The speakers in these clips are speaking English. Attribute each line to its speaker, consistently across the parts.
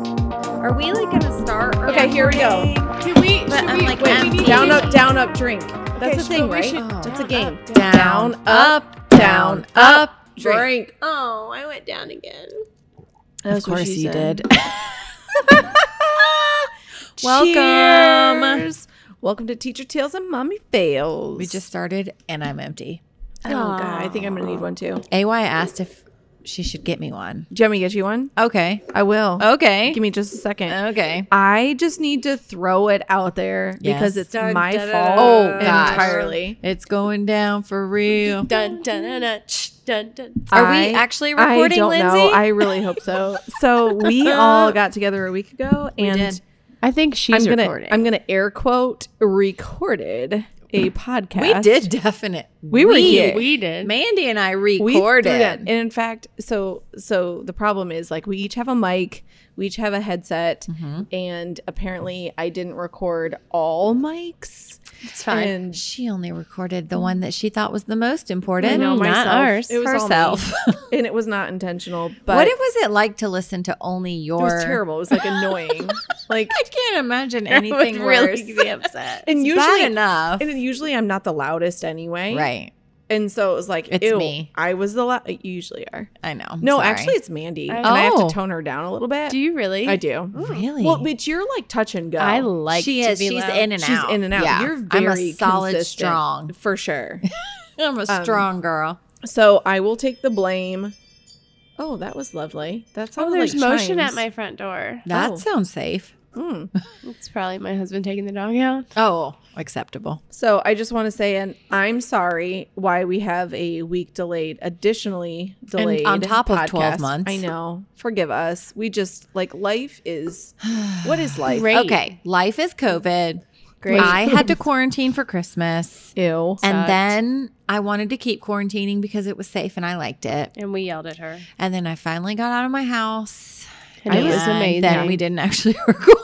Speaker 1: Are we like gonna start? or-
Speaker 2: Okay, here we go.
Speaker 3: Can we?
Speaker 1: But
Speaker 3: should
Speaker 1: I'm
Speaker 3: we-
Speaker 1: like
Speaker 3: wait, we
Speaker 1: empty.
Speaker 3: need-
Speaker 2: Down, up, down, up, drink. That's the
Speaker 3: so
Speaker 2: thing,
Speaker 3: we
Speaker 2: right?
Speaker 3: should-
Speaker 2: That's a
Speaker 3: down,
Speaker 2: game.
Speaker 3: up,
Speaker 1: down,
Speaker 2: up, down, up, drink.
Speaker 1: Oh, I went down again.
Speaker 2: That's
Speaker 3: Of course you did.
Speaker 2: Welcome. Welcome to Teacher Tales and Mommy Fails.
Speaker 3: We just started and I'm empty.
Speaker 2: oh god, I think I'm gonna need one too.
Speaker 3: AY asked if she should get me one.
Speaker 2: Do you want me to get you one?
Speaker 3: Okay.
Speaker 2: I will.
Speaker 3: Okay.
Speaker 2: Give me just a second.
Speaker 3: Okay.
Speaker 2: I just need to throw it out there because
Speaker 3: Yes.
Speaker 2: it's my
Speaker 1: dun,
Speaker 2: fault
Speaker 3: dun, dun.
Speaker 2: entirely.
Speaker 3: It's going down for real.
Speaker 1: Dun dun dun dun ch, dun. dun.
Speaker 3: Are
Speaker 2: I-
Speaker 3: we actually recording,
Speaker 2: I don't
Speaker 3: Lindsay?
Speaker 2: know. I really hope so. So we all got together a week ago, and
Speaker 3: did.
Speaker 4: I think
Speaker 2: I'm
Speaker 4: she's
Speaker 2: gonna
Speaker 4: recording.
Speaker 2: I'm gonna air quote recorded a podcast.
Speaker 3: we did definite.
Speaker 2: We were here.
Speaker 4: we did.
Speaker 3: Mandy and I
Speaker 2: We threw that-
Speaker 3: recorded.
Speaker 2: And in fact, so so the problem is like we each have a mic, we each have a headset,
Speaker 3: Mm-hmm.
Speaker 2: and apparently I didn't record all mics.
Speaker 3: It's
Speaker 2: fine.
Speaker 3: And she only recorded the one that she thought was the most important.
Speaker 2: I know,
Speaker 3: not
Speaker 2: myself.
Speaker 3: ours.
Speaker 2: It was all me.
Speaker 3: herself.
Speaker 2: And it was not intentional, but
Speaker 3: what it was it like to listen to only your
Speaker 2: it was terrible. It was like annoying. like
Speaker 3: I can't imagine anything
Speaker 1: really
Speaker 3: worse. Be upset.
Speaker 2: And
Speaker 3: And it's
Speaker 2: usually-
Speaker 3: bad enough,
Speaker 2: and then usually I'm not the loudest anyway.
Speaker 3: right?
Speaker 2: And so it was like,
Speaker 3: It's
Speaker 2: ew,
Speaker 3: me.
Speaker 2: I was the loud. You usually are.
Speaker 3: I know. I'm
Speaker 2: no,
Speaker 3: sorry.
Speaker 2: actually, it's Mandy. and I have
Speaker 3: Oh.
Speaker 2: to tone her down a little bit.
Speaker 4: Do you really?
Speaker 2: I do.
Speaker 3: really.
Speaker 2: Well, but you're like touch and go.
Speaker 4: I like
Speaker 3: she
Speaker 4: to
Speaker 3: is.
Speaker 4: be
Speaker 3: She's
Speaker 4: loud.
Speaker 3: in and
Speaker 2: She's
Speaker 3: out.
Speaker 2: in and out.
Speaker 3: Yeah.
Speaker 2: You're very
Speaker 3: I'm a solid,
Speaker 2: consistent,
Speaker 3: strong.
Speaker 2: for sure.
Speaker 3: I'm a
Speaker 2: Um,
Speaker 3: strong girl.
Speaker 2: so I will take the blame. Oh, that was lovely. That
Speaker 4: Oh,
Speaker 2: sounded
Speaker 4: there's
Speaker 2: like
Speaker 4: motion
Speaker 2: chimes.
Speaker 4: at my front door.
Speaker 3: That
Speaker 2: oh.
Speaker 3: sounds safe.
Speaker 2: Mm.
Speaker 4: It's probably my husband taking the dog out.
Speaker 3: Oh, acceptable.
Speaker 2: So I just want to say, and I'm sorry why we have a week delayed, additionally delayed
Speaker 3: on top of 12
Speaker 2: podcast.
Speaker 3: months.
Speaker 2: I know. Forgive us. We just like life is. What is life?
Speaker 4: Great.
Speaker 3: Okay, life is COVID.
Speaker 4: Great.
Speaker 3: I had to quarantine for Christmas,
Speaker 2: Ew.
Speaker 3: and
Speaker 4: Sucked.
Speaker 3: then I wanted to keep quarantining because it was safe and I liked it.
Speaker 4: And we yelled at her.
Speaker 3: And then I finally got out of my house.
Speaker 4: And it was
Speaker 3: and
Speaker 4: amazing.
Speaker 3: Then we didn't actually record.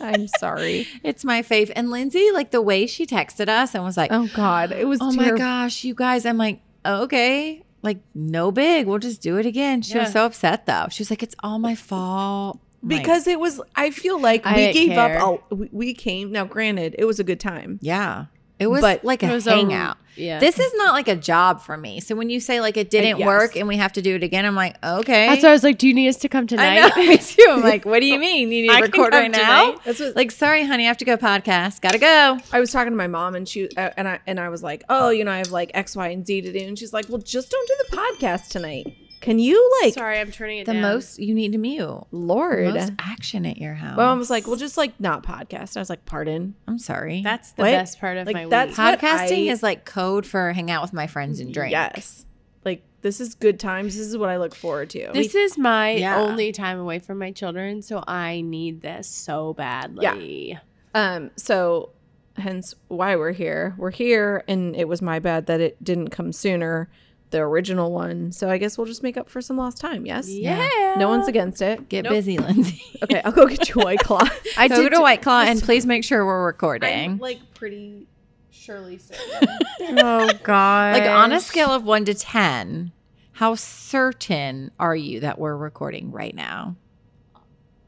Speaker 2: I'm sorry.
Speaker 3: It's my fave. And Lindsay, like the way she texted us and was like,
Speaker 2: Oh God, it was.
Speaker 3: oh my
Speaker 2: terrible.
Speaker 3: gosh, you guys. I'm like, okay, like no big. We'll just do it again. She was
Speaker 4: Yeah.
Speaker 3: so upset though. She was like, it's all my fault. I'm like,
Speaker 2: because it was i feel like we
Speaker 4: I didn't
Speaker 2: gave
Speaker 4: care.
Speaker 2: up a, we- we came now granted it was a good time
Speaker 3: yeah, it was
Speaker 2: But
Speaker 3: like
Speaker 4: It
Speaker 3: a
Speaker 4: was a-
Speaker 3: hangout.
Speaker 4: yeah.
Speaker 3: This is not like a job for me. So when you say like it didn't
Speaker 2: yes.
Speaker 3: work and we have to do it again, I'm like, okay.
Speaker 4: That's why I was like, do you need us to come
Speaker 3: I
Speaker 4: tonight?
Speaker 3: know. Me too. I'm like, what do you mean? You need to
Speaker 4: I can
Speaker 3: record
Speaker 4: come
Speaker 3: right now?
Speaker 4: tonight.
Speaker 2: that's what like
Speaker 3: Like, sorry, honey, I have to go podcast. Gotta go.
Speaker 2: i was talking to my mom and she uh, and i and i was like oh you know i have like x y and z to do and she's like well just don't do the podcast tonight can you like
Speaker 4: Sorry, I'm turning it
Speaker 3: The
Speaker 4: down.
Speaker 3: most you need to mute.
Speaker 2: lord
Speaker 3: Most action at your house.
Speaker 2: my mom was like well just like not podcast i was like pardon
Speaker 3: I'm sorry.
Speaker 4: That's the
Speaker 2: What?
Speaker 4: best part of
Speaker 2: Like,
Speaker 4: my
Speaker 2: that's-
Speaker 4: week.
Speaker 2: what
Speaker 3: Podcasting
Speaker 2: I-
Speaker 3: is like code for hang out with my friends and drink.
Speaker 2: yes like this is good times this is what i look forward to
Speaker 4: This is my
Speaker 3: Yeah.
Speaker 4: only time away from my children, so I need this so badly.
Speaker 2: um so hence why we're here we're here and it was my bad that it didn't come sooner the original one so i guess we'll just make up for some lost time yes
Speaker 3: Yeah.
Speaker 2: No one's against it.
Speaker 3: Get
Speaker 4: Nope.
Speaker 3: busy, Lindsay.
Speaker 2: Okay, I'll go get you white claw.
Speaker 3: I go to White Claw and please make sure we're recording.
Speaker 2: like pretty.
Speaker 4: surely so.
Speaker 3: oh god. Like on a scale of 1 to 10, how certain are you that we're recording right now?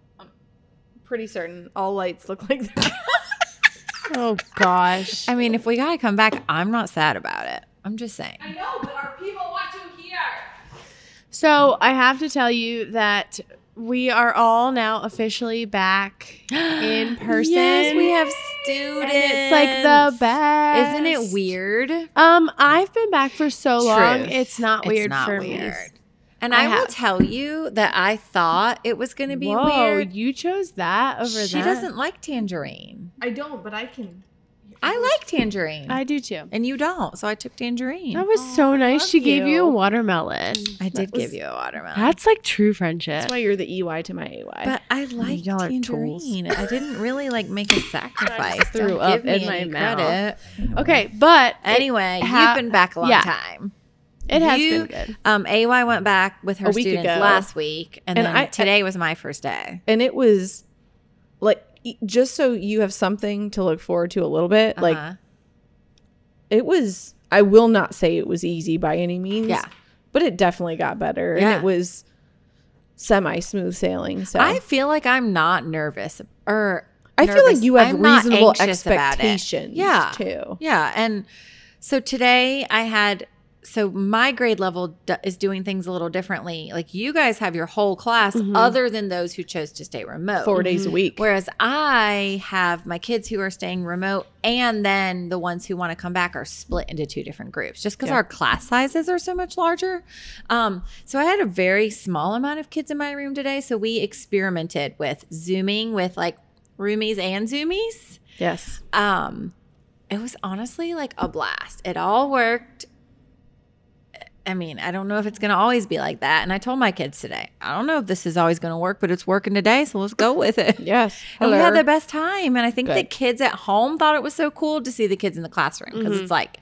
Speaker 2: Pretty certain all lights look like
Speaker 4: oh gosh.
Speaker 3: I mean, if we got to come back, I'm not sad about it. I'm just saying.
Speaker 4: So I have to tell you that we are all now officially back in person.
Speaker 3: Yes, we have
Speaker 4: And
Speaker 3: students.
Speaker 4: it's like the best.
Speaker 3: Isn't it weird?
Speaker 4: Um, I've been back for so long.
Speaker 3: Truth.
Speaker 4: It's not
Speaker 3: It's
Speaker 4: weird
Speaker 3: not
Speaker 4: for
Speaker 3: weird.
Speaker 4: me.
Speaker 3: And
Speaker 4: I
Speaker 3: I, will
Speaker 4: have-
Speaker 3: tell you that I thought it was going to be
Speaker 4: Whoa,
Speaker 3: weird.
Speaker 4: you chose that over
Speaker 3: She
Speaker 4: that.
Speaker 3: doesn't like tangerine.
Speaker 2: I don't, but I can.
Speaker 3: I like tangerine.
Speaker 4: I do too.
Speaker 3: and you don't. So I took tangerine.
Speaker 4: That was so nice.
Speaker 2: love
Speaker 4: She gave you a
Speaker 2: you.
Speaker 4: watermelon.
Speaker 3: I did
Speaker 2: was-
Speaker 3: give you a watermelon.
Speaker 4: That's like true friendship.
Speaker 2: That's why you're the EY to my AY.
Speaker 3: but I like
Speaker 4: Y'all are tools.
Speaker 3: tangerine. I didn't really like make a sacrifice.
Speaker 4: threw
Speaker 3: Don't
Speaker 4: up
Speaker 3: give me
Speaker 4: in my
Speaker 3: any
Speaker 4: mouth.
Speaker 3: credit.
Speaker 4: Okay, but it,
Speaker 3: Anyway,
Speaker 4: ha-
Speaker 3: you've been back a long
Speaker 4: yeah.
Speaker 3: time.
Speaker 4: it has
Speaker 3: you-
Speaker 4: been good.
Speaker 3: Um, AY went back with her
Speaker 2: A week
Speaker 3: students
Speaker 2: ago.
Speaker 3: last week, and,
Speaker 2: And
Speaker 3: then
Speaker 2: I-
Speaker 3: today was my first day.
Speaker 2: and it was like e- just so you have something to look forward to a little bit. Like
Speaker 3: Uh-huh.
Speaker 2: it was. I will not say it was easy by any means.
Speaker 3: Yeah.
Speaker 2: but it definitely got better, and
Speaker 3: Yeah.
Speaker 2: it was. semi smooth sailing. So
Speaker 3: I feel like I'm not nervous or
Speaker 2: I feel like
Speaker 3: nervous.
Speaker 2: you have
Speaker 3: I'm not
Speaker 2: reasonable
Speaker 3: anxious about it.
Speaker 2: expectations
Speaker 3: Yeah.
Speaker 2: too.
Speaker 3: Yeah, and so today I had so my grade level d- is doing things a little differently. Like you guys have your whole class
Speaker 2: Mm-hmm.
Speaker 4: Mhm.
Speaker 3: other than those who chose to stay remote.
Speaker 2: 4 days a week.
Speaker 3: Whereas I have my kids who are staying remote and then the ones who want to come back are split into two different groups just because
Speaker 2: Yeah.
Speaker 3: our class sizes are so much larger. Um, so I had a very small amount of kids in my room today. So we experimented with Zooming with like roomies and Zoomies.
Speaker 2: yes.
Speaker 3: Um, it was honestly like a blast. It all worked. I mean, I don't know if it's going to always be like that. And I told my kids today, I don't know if this is always going to work, but it's working today. So let's go with it.
Speaker 2: Yes.
Speaker 3: And we had
Speaker 2: Hello.
Speaker 3: the best time. And I think the
Speaker 2: Good.
Speaker 3: kids at home thought it was so cool to see the kids in the classroom because
Speaker 2: Mm-hmm.
Speaker 3: it's like,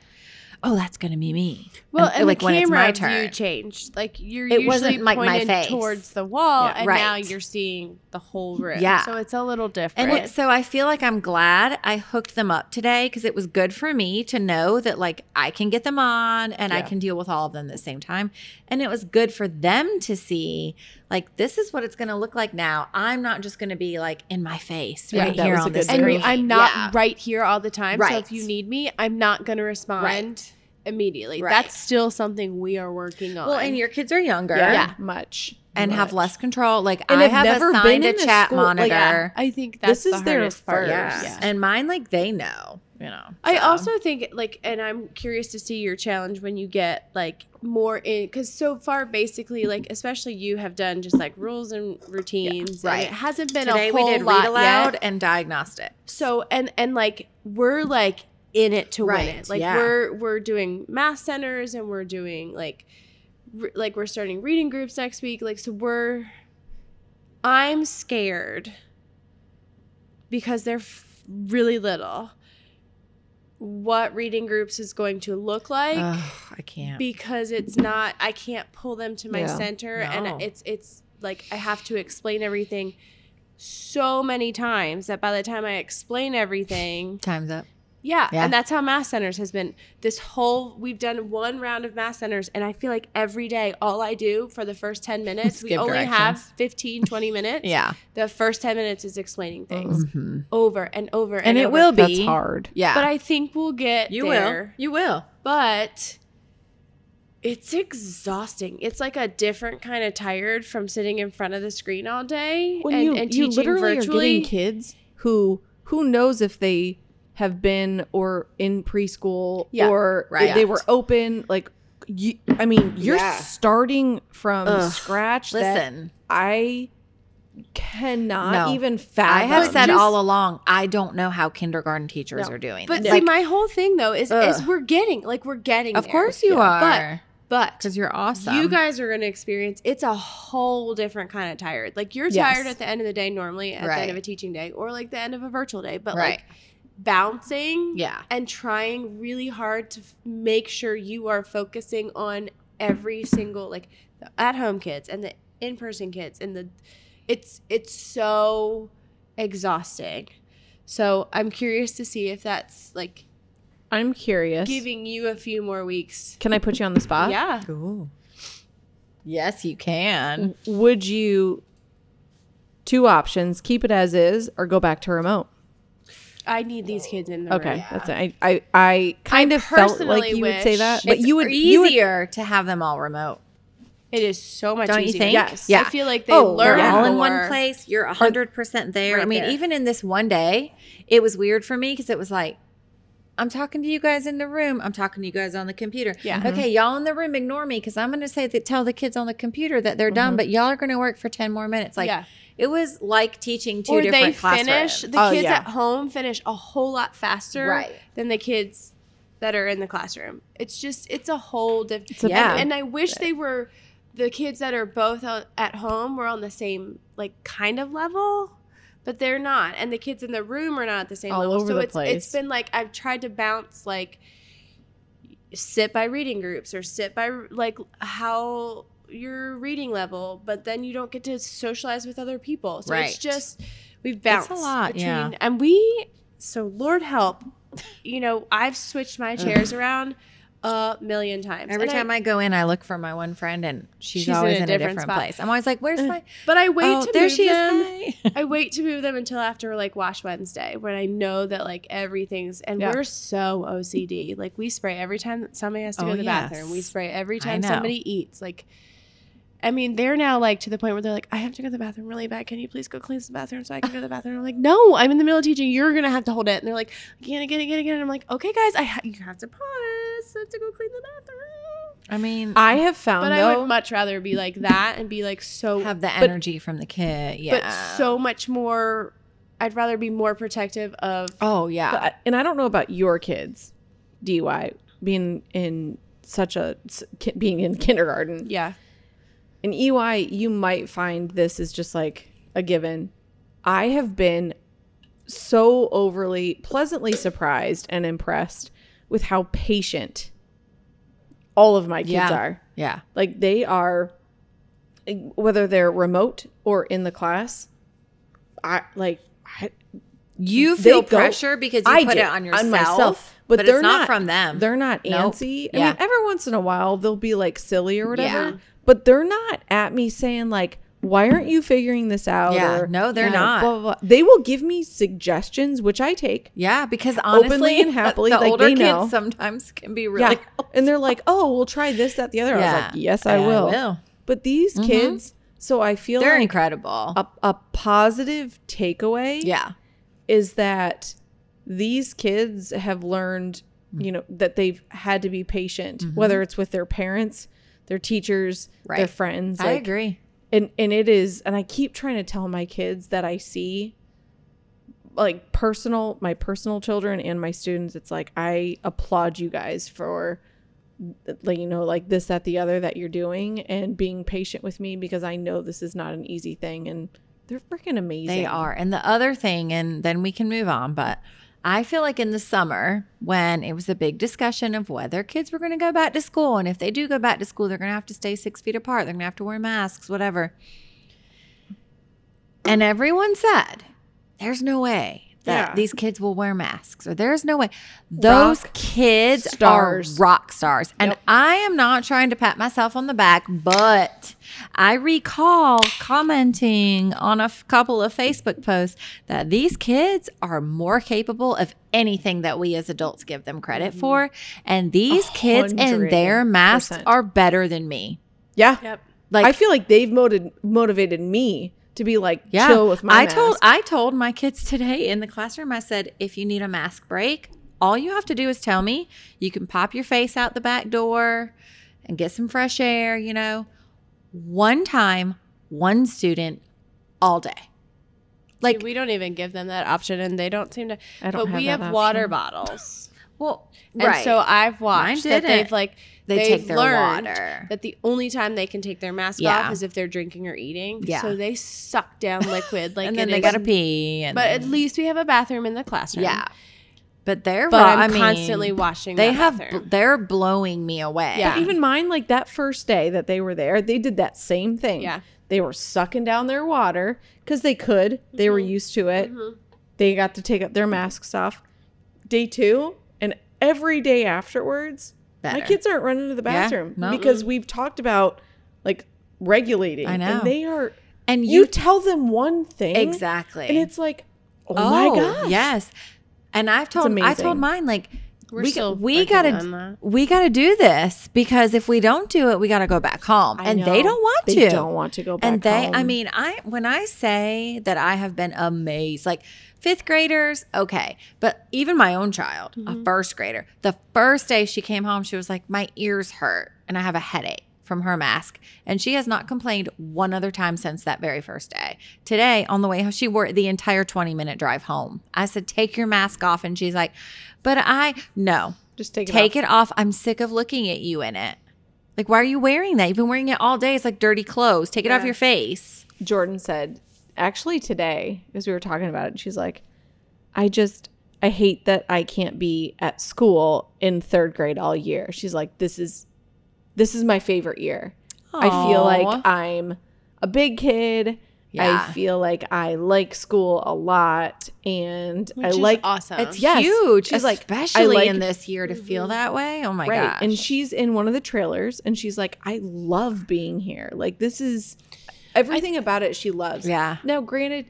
Speaker 3: oh, that's going to be me.
Speaker 4: Well, and,
Speaker 3: like
Speaker 4: the
Speaker 3: when
Speaker 4: camera
Speaker 3: it's my
Speaker 4: view
Speaker 3: turn.
Speaker 4: changed. Like you're
Speaker 3: It
Speaker 4: usually
Speaker 3: wasn't, like, my
Speaker 4: pointed
Speaker 3: face.
Speaker 4: towards the wall,
Speaker 2: Yeah.
Speaker 4: and now
Speaker 3: Right.
Speaker 4: you're seeing the whole room.
Speaker 3: Yeah.
Speaker 4: so it's a little different.
Speaker 3: And it- so I feel like I'm glad I hooked them up today because it was good for me to know that like I can get them on and I
Speaker 2: Yeah.
Speaker 3: can deal with all of them at the same time. And it was good for them to see like this is what it's going to look like now. I'm not just going to be like in my face
Speaker 2: Yeah,
Speaker 3: right
Speaker 2: that
Speaker 3: here
Speaker 2: was a
Speaker 3: on this
Speaker 2: good
Speaker 4: And
Speaker 2: Agree.
Speaker 3: screen.
Speaker 4: I'm not
Speaker 3: Yeah.
Speaker 4: right here all the time. So
Speaker 3: Right.
Speaker 4: if you need me, I'm not going to respond
Speaker 3: Right.
Speaker 4: immediately.
Speaker 3: Right.
Speaker 4: That's still something we are working on.
Speaker 3: Well, and your kids are younger
Speaker 2: Yeah.
Speaker 4: Yeah.
Speaker 2: Much.
Speaker 3: and have
Speaker 2: much.
Speaker 3: less control. Like
Speaker 2: And
Speaker 3: I
Speaker 2: have
Speaker 3: have
Speaker 2: never been
Speaker 3: assigned a
Speaker 2: in a
Speaker 3: chat
Speaker 2: school- like,
Speaker 3: monitor.
Speaker 2: yeah,
Speaker 4: I think that's
Speaker 2: This
Speaker 4: the
Speaker 2: is their
Speaker 4: hardest part.
Speaker 2: first.
Speaker 3: yeah. And mine like they know, you know.
Speaker 4: I
Speaker 3: so.
Speaker 4: also think like, and I'm curious to see your challenge when you get like more in, because so far basically like, especially you have done just like rules and routines. and
Speaker 3: right.
Speaker 4: it hasn't been
Speaker 3: today
Speaker 4: a whole
Speaker 3: we did
Speaker 4: lot
Speaker 3: read aloud
Speaker 4: yet.
Speaker 3: and diagnostic.
Speaker 4: So and and like we're like in it to
Speaker 3: Right,
Speaker 4: win it. Like
Speaker 3: yeah.
Speaker 4: we're we're doing math centers and we're doing like re- like we're starting reading groups next week. Like so we're I'm scared because they're f- really little. What reading groups is going to look like?
Speaker 3: Ugh, I can't.
Speaker 4: because it's not i can't pull them to my
Speaker 2: Yeah.
Speaker 4: center
Speaker 3: No.
Speaker 4: and it's it's like i have to explain everything so many times that by the time i explain everything
Speaker 3: Time's up.
Speaker 4: yeah,
Speaker 3: Yeah.
Speaker 4: and that's how mass centers has been this whole we've done one round of mass centers and i feel like every day all i do for the first 10 minutes we
Speaker 3: Skip
Speaker 4: only have
Speaker 3: directions.
Speaker 4: 15 20 minutes
Speaker 3: Yeah.
Speaker 4: the first 10 minutes is explaining things
Speaker 3: Mm.
Speaker 4: over and over and,
Speaker 3: And it
Speaker 4: over.
Speaker 3: will be.
Speaker 2: That's hard.
Speaker 3: Mm-hmm. Yeah.
Speaker 4: but i think we'll get
Speaker 3: you
Speaker 4: there
Speaker 3: will. You will.
Speaker 4: but it's exhausting. It's like a different kind of tired from sitting in front of the screen all day
Speaker 2: when
Speaker 4: and,
Speaker 2: you,
Speaker 4: and
Speaker 2: you
Speaker 4: teaching
Speaker 2: literally
Speaker 4: virtually.
Speaker 2: are getting kids who who knows if they have been or in preschool
Speaker 4: Yeah,
Speaker 2: or if
Speaker 3: right.
Speaker 2: they were open like you, I mean you're
Speaker 3: Yeah.
Speaker 2: starting from
Speaker 3: Ugh,
Speaker 2: scratch that
Speaker 3: Listen,
Speaker 2: I cannot
Speaker 3: No.
Speaker 2: even
Speaker 3: I
Speaker 2: fathom
Speaker 3: have said
Speaker 2: Just-
Speaker 3: all along, I don't know how kindergarten teachers
Speaker 2: No.
Speaker 3: are doing.
Speaker 4: but
Speaker 3: this.
Speaker 4: see,
Speaker 3: Like,
Speaker 4: my whole thing though is is
Speaker 3: Ugh.
Speaker 4: we're getting like we're getting
Speaker 3: of
Speaker 4: there.
Speaker 3: course you are,
Speaker 4: but
Speaker 3: because you're awesome.
Speaker 4: you guys are going to experience it's a whole different kind of tired. Like you're
Speaker 2: Yes.
Speaker 4: tired at the end of the day normally at the
Speaker 3: Right.
Speaker 4: end of a teaching day or like the end of a virtual day, but
Speaker 3: right?
Speaker 4: like bouncing
Speaker 3: yeah,
Speaker 4: and trying really hard to f- make sure you are focusing on every single like the at-home kids and the in-person kids and the it's it's so exhausting. So I'm curious to see if that's like
Speaker 2: I'm curious.
Speaker 4: giving you a few more weeks.
Speaker 2: Can I put you on the spot?
Speaker 4: yeah.
Speaker 3: Ooh. yes, you can.
Speaker 2: Would you two options, keep it as is or go back to remote?
Speaker 4: I need these kids in the
Speaker 2: Okay,
Speaker 4: room.
Speaker 2: that's I I I kind of felt like
Speaker 4: personally
Speaker 2: you would say
Speaker 4: wish
Speaker 2: that, but
Speaker 3: It's
Speaker 2: you would you would
Speaker 3: easier to have them all remote.
Speaker 4: It is so much
Speaker 3: Don't you
Speaker 4: easier.
Speaker 3: think?
Speaker 4: Yes.
Speaker 3: Yeah.
Speaker 4: I feel like they
Speaker 3: oh,
Speaker 4: learn
Speaker 3: they're all in
Speaker 4: more.
Speaker 3: one place. You're hundred percent there. I
Speaker 4: Right
Speaker 3: mean,
Speaker 4: there.
Speaker 3: even in this one day, it was weird for me because it was like, I'm talking to you guys in the room. I'm talking to you guys on the computer.
Speaker 4: Yeah.
Speaker 3: Okay, y'all in the room, ignore me because I'm going to say that tell the kids on the computer that they're
Speaker 4: Mm-hmm.
Speaker 3: done, but y'all are going to work for ten more minutes. Like
Speaker 4: Yeah.
Speaker 3: it was like teaching two
Speaker 4: or
Speaker 3: different
Speaker 4: they
Speaker 3: classrooms.
Speaker 4: finish the
Speaker 2: Oh,
Speaker 4: kids
Speaker 2: yeah.
Speaker 4: at home finish a whole lot faster
Speaker 3: Right.
Speaker 4: than the kids that are in the classroom it's just it's a whole different
Speaker 2: a
Speaker 3: Yeah.
Speaker 4: and, and i wish they were the kids that are both on, at home were on the same like kind of level but they're not and the kids in the room are not at the same
Speaker 2: All
Speaker 4: level
Speaker 2: over
Speaker 4: so
Speaker 2: the
Speaker 4: it's
Speaker 2: place.
Speaker 4: it's been like i've tried to bounce like sit by reading groups or sit by like how your reading level, but then you don't get to socialize with other people. So
Speaker 3: Right.
Speaker 4: it's just we've
Speaker 3: It's a
Speaker 4: bounced
Speaker 3: lot, yeah.
Speaker 4: and we so Lord help, you know, I've switched my chairs around. a million times.
Speaker 3: Every
Speaker 4: And I-
Speaker 3: time I, go in, I look for my one friend, and she's,
Speaker 4: She's in
Speaker 3: always
Speaker 4: a
Speaker 3: in a
Speaker 4: different
Speaker 3: different,
Speaker 4: spot.
Speaker 3: place. I'm always like, "Where's my?"
Speaker 4: but I wait
Speaker 3: oh,
Speaker 4: to
Speaker 3: there
Speaker 4: move
Speaker 3: she
Speaker 4: them.
Speaker 3: is. Hi.
Speaker 4: I wait to move them until after like Wash Wednesday when I know that like everything's and
Speaker 2: Yeah.
Speaker 4: we're so OCD. Like we spray every time that somebody has to go
Speaker 3: Oh,
Speaker 4: to the bathroom. We
Speaker 3: yes.
Speaker 4: spray every
Speaker 3: I
Speaker 4: time
Speaker 3: know.
Speaker 4: somebody eats. Like I mean, they're now like to the point where they're like, I have to go to the bathroom really bad. Can you please go clean the bathroom so I can go to the bathroom? I'm like, no, I'm in the middle of teaching. You're gonna have to hold it. And they're like, I can't get it, get it, get it. I'm like, okay, guys, I ha- you have to pause. I have to go clean the bathroom.
Speaker 3: I mean, I
Speaker 2: I have found
Speaker 4: But I
Speaker 2: though.
Speaker 4: would much rather be like that and be like so
Speaker 3: Oh, have the energy from the kid. Yeah.
Speaker 4: but so much more i'd rather be more protective of
Speaker 3: oh yeah.
Speaker 2: but I- and I don't know about your kids, DY being in such a s- ki- being in kindergarten.
Speaker 4: yeah
Speaker 2: in EY, you might find this is just like a given. I have been so overly pleasantly surprised and impressed with how patient all of my kids
Speaker 3: Yeah.
Speaker 2: are.
Speaker 3: yeah.
Speaker 2: Like they are whether they're remote or in the class, I like I,
Speaker 3: You feel
Speaker 2: they go-
Speaker 3: pressure because you
Speaker 2: I
Speaker 3: put
Speaker 2: do,
Speaker 3: it on yourself,
Speaker 2: myself,
Speaker 3: but,
Speaker 2: but
Speaker 3: it's
Speaker 2: they're
Speaker 3: not,
Speaker 2: not-
Speaker 3: from them.
Speaker 2: they're not
Speaker 3: Nope.
Speaker 2: antsy. I
Speaker 3: Yeah.
Speaker 2: mean, every once in a while they'll be like silly or whatever,
Speaker 3: Yeah.
Speaker 2: but they're not at me saying like, "Why aren't you figuring this out?"
Speaker 3: Yeah.
Speaker 2: or,
Speaker 3: No, they're
Speaker 2: you know,
Speaker 3: not.
Speaker 2: Blah, blah, blah. They will give me suggestions, which I take.
Speaker 3: yeah, because honestly,
Speaker 2: Openly and happily,
Speaker 3: the
Speaker 2: like,
Speaker 3: older
Speaker 2: they know.
Speaker 3: kids sometimes can be really.
Speaker 2: yeah, and they're like, "Oh, we'll try this, that, the other." I was like, "Yes, I, will. But these
Speaker 3: Mhm.
Speaker 2: kids, so I feel
Speaker 3: They're
Speaker 2: like
Speaker 3: incredible.
Speaker 2: a, a positive takeaway.
Speaker 3: yeah.
Speaker 2: is that these kids have learned, you know, that they've had to be patient, whether it's with their parents, their teachers, their
Speaker 3: Mm-hmm. Right.
Speaker 2: friends.
Speaker 3: I
Speaker 2: like-
Speaker 3: agree.
Speaker 2: And and it is, and I keep trying to tell my kids that I see like personal my personal children and my students it's like i applaud you guys for like you know like this that the other that you're doing and being patient with me because i know this is not an easy thing and they're freaking amazing
Speaker 3: They are. And the other thing, and then we can move on, but I feel like in the summer when it was a big discussion of whether kids were going to go back to school, and if they do go back to school, they're going to have to stay six feet apart, they're going to have to wear masks, whatever. And everyone said, there's no way that
Speaker 2: Yeah.
Speaker 3: these kids will wear masks, or there's no way. Those kids
Speaker 2: stars.
Speaker 3: are rock stars. And I am not trying to pat myself on the back, but I recall commenting on a f- couple of Facebook posts that these kids are more capable of anything that we as adults give them credit for. And these kids and their masks
Speaker 2: 100%.
Speaker 3: are better than me.
Speaker 2: yeah
Speaker 4: yep
Speaker 3: Like,
Speaker 2: I feel like they've motiv- motivated me to be like chill with my.
Speaker 3: I told
Speaker 2: mask.
Speaker 3: I told my kids today in the classroom. I said, if you need a mask break, all you have to do is tell me. You can pop your face out the back door and get some fresh air. You know, one time, one student, all day.
Speaker 4: like we don't even give them that option and they don't seem to
Speaker 2: I don't
Speaker 4: but
Speaker 2: have
Speaker 4: we
Speaker 2: that
Speaker 4: have water
Speaker 2: option.
Speaker 4: bottles
Speaker 3: Well,
Speaker 4: and so i've watched that
Speaker 3: didn't.
Speaker 4: they've like
Speaker 3: They
Speaker 4: they've
Speaker 3: take their
Speaker 4: learned
Speaker 3: water.
Speaker 4: that the only time they can take their mask
Speaker 3: Yeah.
Speaker 4: off is if they're drinking or eating
Speaker 3: Yeah.
Speaker 4: so they suck down liquid like
Speaker 3: and then
Speaker 4: it
Speaker 3: they
Speaker 4: is-
Speaker 3: gotta pee. And
Speaker 4: but at least we have a bathroom in the classroom
Speaker 3: yeah. But they're
Speaker 4: but
Speaker 3: raw-
Speaker 4: i'm
Speaker 3: I mean,
Speaker 4: constantly washing
Speaker 3: They
Speaker 4: that
Speaker 3: have.
Speaker 4: bathroom.
Speaker 3: They're blowing me away.
Speaker 4: Yeah.
Speaker 2: even mine like that first day that they were there, they did that same thing.
Speaker 4: Yeah.
Speaker 2: they were sucking down their water because they could. They were used to it. They got to take up their masks off. Day two and every day afterwards, my
Speaker 3: Better.
Speaker 2: kids aren't running to the bathroom
Speaker 3: no.
Speaker 2: because we've talked about like regulating.
Speaker 3: I know.
Speaker 2: and they are.
Speaker 3: And
Speaker 2: You
Speaker 3: you,
Speaker 2: tell them one thing
Speaker 3: exactly.
Speaker 2: and it's like, oh, my gosh,
Speaker 3: Yes. And I've told I
Speaker 2: amazing.
Speaker 3: told mine like
Speaker 4: We're
Speaker 3: we
Speaker 4: still
Speaker 3: we
Speaker 4: working
Speaker 3: gotta
Speaker 4: on that.
Speaker 3: we gotta do this because if we don't do it, we gotta go back home,
Speaker 2: I
Speaker 3: and they
Speaker 2: know.
Speaker 3: don't want
Speaker 2: They
Speaker 3: to.
Speaker 2: don't want to go back.
Speaker 3: And they, I
Speaker 2: home.
Speaker 3: mean, I when I say that I have been amazed, like fifth graders, okay, but even my own child,
Speaker 2: Mm-hmm.
Speaker 3: a first grader, the first day she came home, she was like, my ears hurt and I have a headache from her mask, and she has not complained one other time since that very first day. Today on the way, home, she wore it the entire twenty minute drive home. I said, take your mask off, and she's like, but I no,
Speaker 2: just take it.
Speaker 3: take it off. I'm sick of looking at you in it. Like, why are you wearing that? You've been wearing it all day. It's like dirty clothes. Take it off your face.
Speaker 2: Jordan said, actually today, because we were talking about it, and she's like, I just I hate that I can't be at school in third grade all year. She's like, This is this is my favorite year. I feel
Speaker 3: Aw.
Speaker 2: like I'm a big kid.
Speaker 3: Yeah.
Speaker 2: I feel like I like school a lot and
Speaker 4: Which
Speaker 2: I
Speaker 4: is
Speaker 2: like
Speaker 4: awesome.
Speaker 3: it's
Speaker 2: yes.
Speaker 3: huge.
Speaker 2: She's like, I
Speaker 3: especially
Speaker 2: like- Mm-hmm.
Speaker 3: in this year to feel that way. Oh my gosh.
Speaker 2: And she's in one of the trailers and she's like, I love being here. Like, this is everything about it she loves.
Speaker 3: Yeah.
Speaker 2: Now, granted,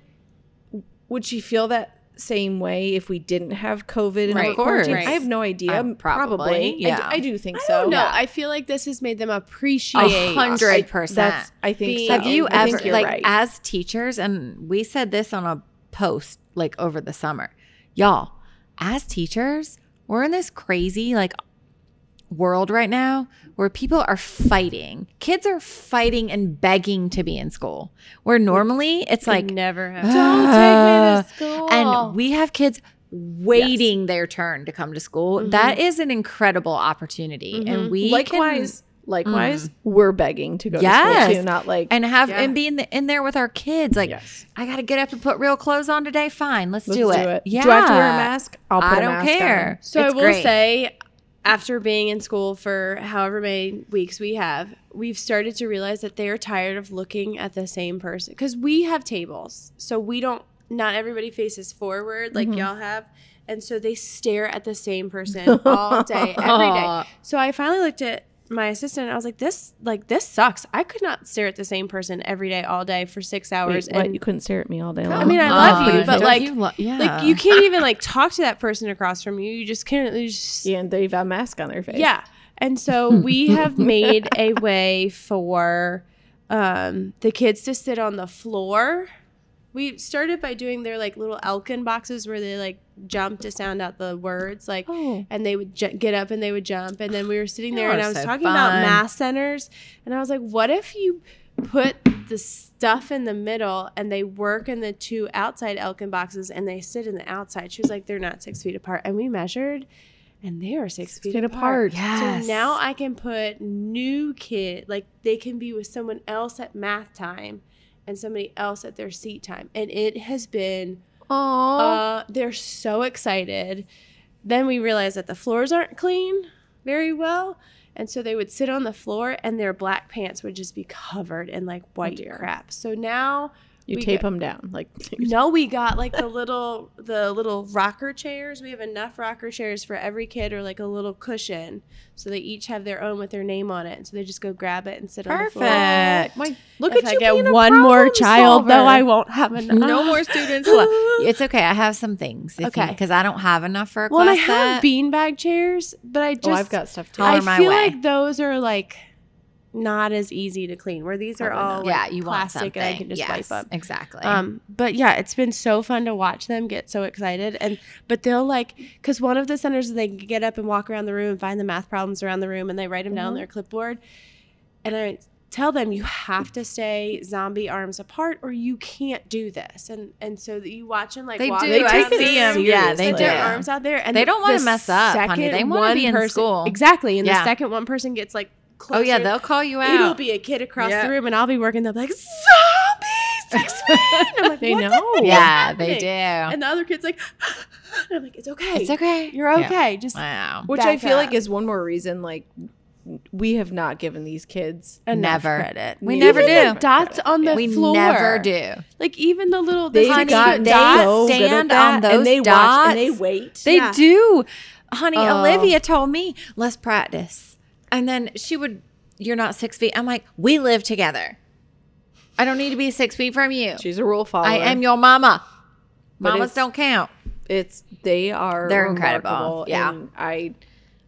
Speaker 2: would she feel that same way if we didn't have COVID and
Speaker 3: Right.
Speaker 2: right,
Speaker 3: Of course.
Speaker 2: I have no idea.
Speaker 3: Um,
Speaker 2: probably.
Speaker 3: probably,
Speaker 2: I d-
Speaker 3: yeah.
Speaker 2: I, do think so.
Speaker 4: so, no,
Speaker 3: Yeah.
Speaker 4: I feel like this has made them appreciate
Speaker 3: A hundred percent.
Speaker 2: That's, I think
Speaker 4: Being-
Speaker 2: so.
Speaker 3: Have you
Speaker 2: I
Speaker 3: ever
Speaker 2: think you're
Speaker 3: like uh,
Speaker 2: right.
Speaker 3: as teachers and we said this on a post like over the summer. Y'all, as teachers, we're in this crazy like world right now where people are fighting. Kids are fighting and begging to be in school. Where normally it's like
Speaker 4: never have.
Speaker 3: "Ah."
Speaker 4: Don't take me to school.
Speaker 3: and we have kids waiting their turn to come to school.
Speaker 2: Mm-hmm.
Speaker 3: That is an incredible opportunity. And we can-
Speaker 2: likewise, likewise, we're begging to go to
Speaker 3: Yes.
Speaker 2: school too, not like
Speaker 3: and have
Speaker 4: Yeah.
Speaker 3: and be in, the, in there with our kids. Like,
Speaker 2: Yes.
Speaker 3: I got to get up and put real clothes on today. Fine, let's,
Speaker 2: let's
Speaker 3: do, it. Yeah,
Speaker 2: Do I have to wear a mask? I'll put
Speaker 3: I
Speaker 2: a
Speaker 3: don't
Speaker 2: mask on.
Speaker 3: care.
Speaker 4: So
Speaker 3: It's
Speaker 4: I will
Speaker 3: great.
Speaker 4: say, after being in school for however many weeks we have, we've started to realize that they are tired of looking at the same person because we have tables, so we don't. Not everybody faces forward like y'all have, and so they stare at the same person all day, every day.
Speaker 3: Aw.
Speaker 4: So I finally looked at my assistant. And I was like, "This, like, this sucks. I could not stare at the same person every day, all day for six hours."
Speaker 2: Wait, what?
Speaker 4: and
Speaker 2: You couldn't stare at me all day long.
Speaker 4: I mean, I love
Speaker 3: Oh,
Speaker 4: you, but
Speaker 3: don't
Speaker 4: like,
Speaker 3: you lo-
Speaker 4: like you can't even like talk to that person across from you. You just can't. You just
Speaker 2: Yeah, and they've got a mask on their face.
Speaker 4: Yeah. And so we have made a way for um, the kids to sit on the floor. We started by doing their like little Elkin boxes where they like jump to sound out the words, like,
Speaker 2: Oh.
Speaker 4: and they would ju- get up and they would jump. And then we were sitting there,
Speaker 3: Y'all
Speaker 4: and
Speaker 3: are
Speaker 4: I was
Speaker 3: so
Speaker 4: talking about
Speaker 3: fun.
Speaker 4: mass centers, and I was like, what if you put the stuff in the middle and they work in the two outside Elkin boxes and they sit in the outside? She was like, they're not six feet apart. And we measured, and they are six, feet,
Speaker 2: feet apart.
Speaker 4: apart.
Speaker 3: Yes.
Speaker 4: So now I can put new kid, like they can be with someone else at math time and somebody else at their seat time. And it has been,
Speaker 2: Aww.
Speaker 4: uh, they're so excited. Then we realized that the floors aren't clean very well. And so they would sit on the floor and their black pants would just be covered in like white
Speaker 2: dear.
Speaker 4: crap. So now
Speaker 2: you
Speaker 4: we
Speaker 2: tape
Speaker 4: go-
Speaker 2: them down. Like,
Speaker 4: no, we got like the little the little rocker chairs. We have enough rocker chairs for every kid or like a little cushion. So they each have their own with their name on it. So they just go grab it and sit on the floor.
Speaker 3: perfect.
Speaker 2: my, look
Speaker 4: If
Speaker 2: at
Speaker 4: I
Speaker 2: you being
Speaker 4: get
Speaker 2: a
Speaker 4: one more
Speaker 2: problem
Speaker 4: child though,
Speaker 2: solver.
Speaker 4: I won't have enough.
Speaker 3: no more students. left. it's okay. I have some things. okay,
Speaker 4: Okay.
Speaker 3: because I don't have enough for a
Speaker 4: Well, and I
Speaker 3: class.
Speaker 4: have
Speaker 3: set.
Speaker 4: beanbag chairs, but I just
Speaker 2: Oh, I've got stuff too.
Speaker 3: Holler
Speaker 4: I
Speaker 3: my
Speaker 4: feel
Speaker 3: way.
Speaker 4: like those are like not as easy to clean. Where these are
Speaker 2: Probably
Speaker 4: all
Speaker 2: not.
Speaker 4: like,
Speaker 3: yeah, you want
Speaker 4: plastic
Speaker 3: something.
Speaker 4: and I can just
Speaker 3: yes,
Speaker 4: wipe up.
Speaker 3: exactly.
Speaker 4: Um, but yeah, it's been so fun to watch them get so excited, and but they'll like because one of the centers they can get up and walk around the room and find the math problems around the room, and they write them down
Speaker 3: Mm-hmm.
Speaker 4: on their clipboard, and I tell them you have to stay zombie arms apart or you can't do this, and and so that you watch them like
Speaker 3: they do.
Speaker 4: walk
Speaker 2: They
Speaker 3: I
Speaker 2: take
Speaker 4: around the
Speaker 2: it
Speaker 3: see them.
Speaker 4: room,
Speaker 3: Yeah,
Speaker 2: seriously.
Speaker 3: they
Speaker 4: put
Speaker 3: do.
Speaker 4: their arms out there, and
Speaker 3: They don't wanna
Speaker 4: the
Speaker 3: mess up, honey.
Speaker 4: second
Speaker 3: They wanna
Speaker 4: one
Speaker 3: be in
Speaker 4: person-
Speaker 3: school.
Speaker 4: exactly, and
Speaker 3: Yeah.
Speaker 4: the second one person gets like closer.
Speaker 3: oh yeah, they'll call you out.
Speaker 4: It'll be a kid across
Speaker 3: Yeah.
Speaker 4: the room, and I'll be working. They'll be like, "Zombie, six feet." I'm like,
Speaker 2: They
Speaker 4: "What the
Speaker 2: know.
Speaker 4: heck is
Speaker 3: yeah, they
Speaker 4: happening?"
Speaker 3: do.
Speaker 4: And the other kid's like, and I'm like, "It's okay.
Speaker 3: it's okay.
Speaker 4: You're
Speaker 3: Yeah.
Speaker 4: okay. Just
Speaker 3: Wow.
Speaker 2: Which I
Speaker 4: back
Speaker 2: feel
Speaker 4: up.
Speaker 2: like is one more reason, like, we have not given these kids.
Speaker 4: enough
Speaker 3: Never.
Speaker 4: credit.
Speaker 3: We
Speaker 2: Neither
Speaker 3: never
Speaker 4: Even
Speaker 3: do.
Speaker 4: the dots on the
Speaker 3: we
Speaker 4: floor.
Speaker 3: never do.
Speaker 4: Like even the little
Speaker 2: They
Speaker 4: the
Speaker 3: Honey,
Speaker 2: have got
Speaker 4: tiny
Speaker 3: they
Speaker 2: dots
Speaker 3: so good at
Speaker 2: stand
Speaker 3: that,
Speaker 2: on those
Speaker 3: and they watch,
Speaker 2: dots
Speaker 3: and they
Speaker 2: wait.
Speaker 3: They
Speaker 4: Yeah.
Speaker 3: do. Honey,
Speaker 2: Oh.
Speaker 3: Olivia told me, let's practice. And then she would, you're not six feet. I'm like, we live together. I don't need to be six feet from you.
Speaker 2: She's a rule follower.
Speaker 3: I am your mama.
Speaker 2: But
Speaker 3: Mamas
Speaker 2: it's-
Speaker 3: don't count.
Speaker 2: It's they are.
Speaker 3: They're incredible.
Speaker 2: remarkable,
Speaker 3: Yeah.
Speaker 2: and I,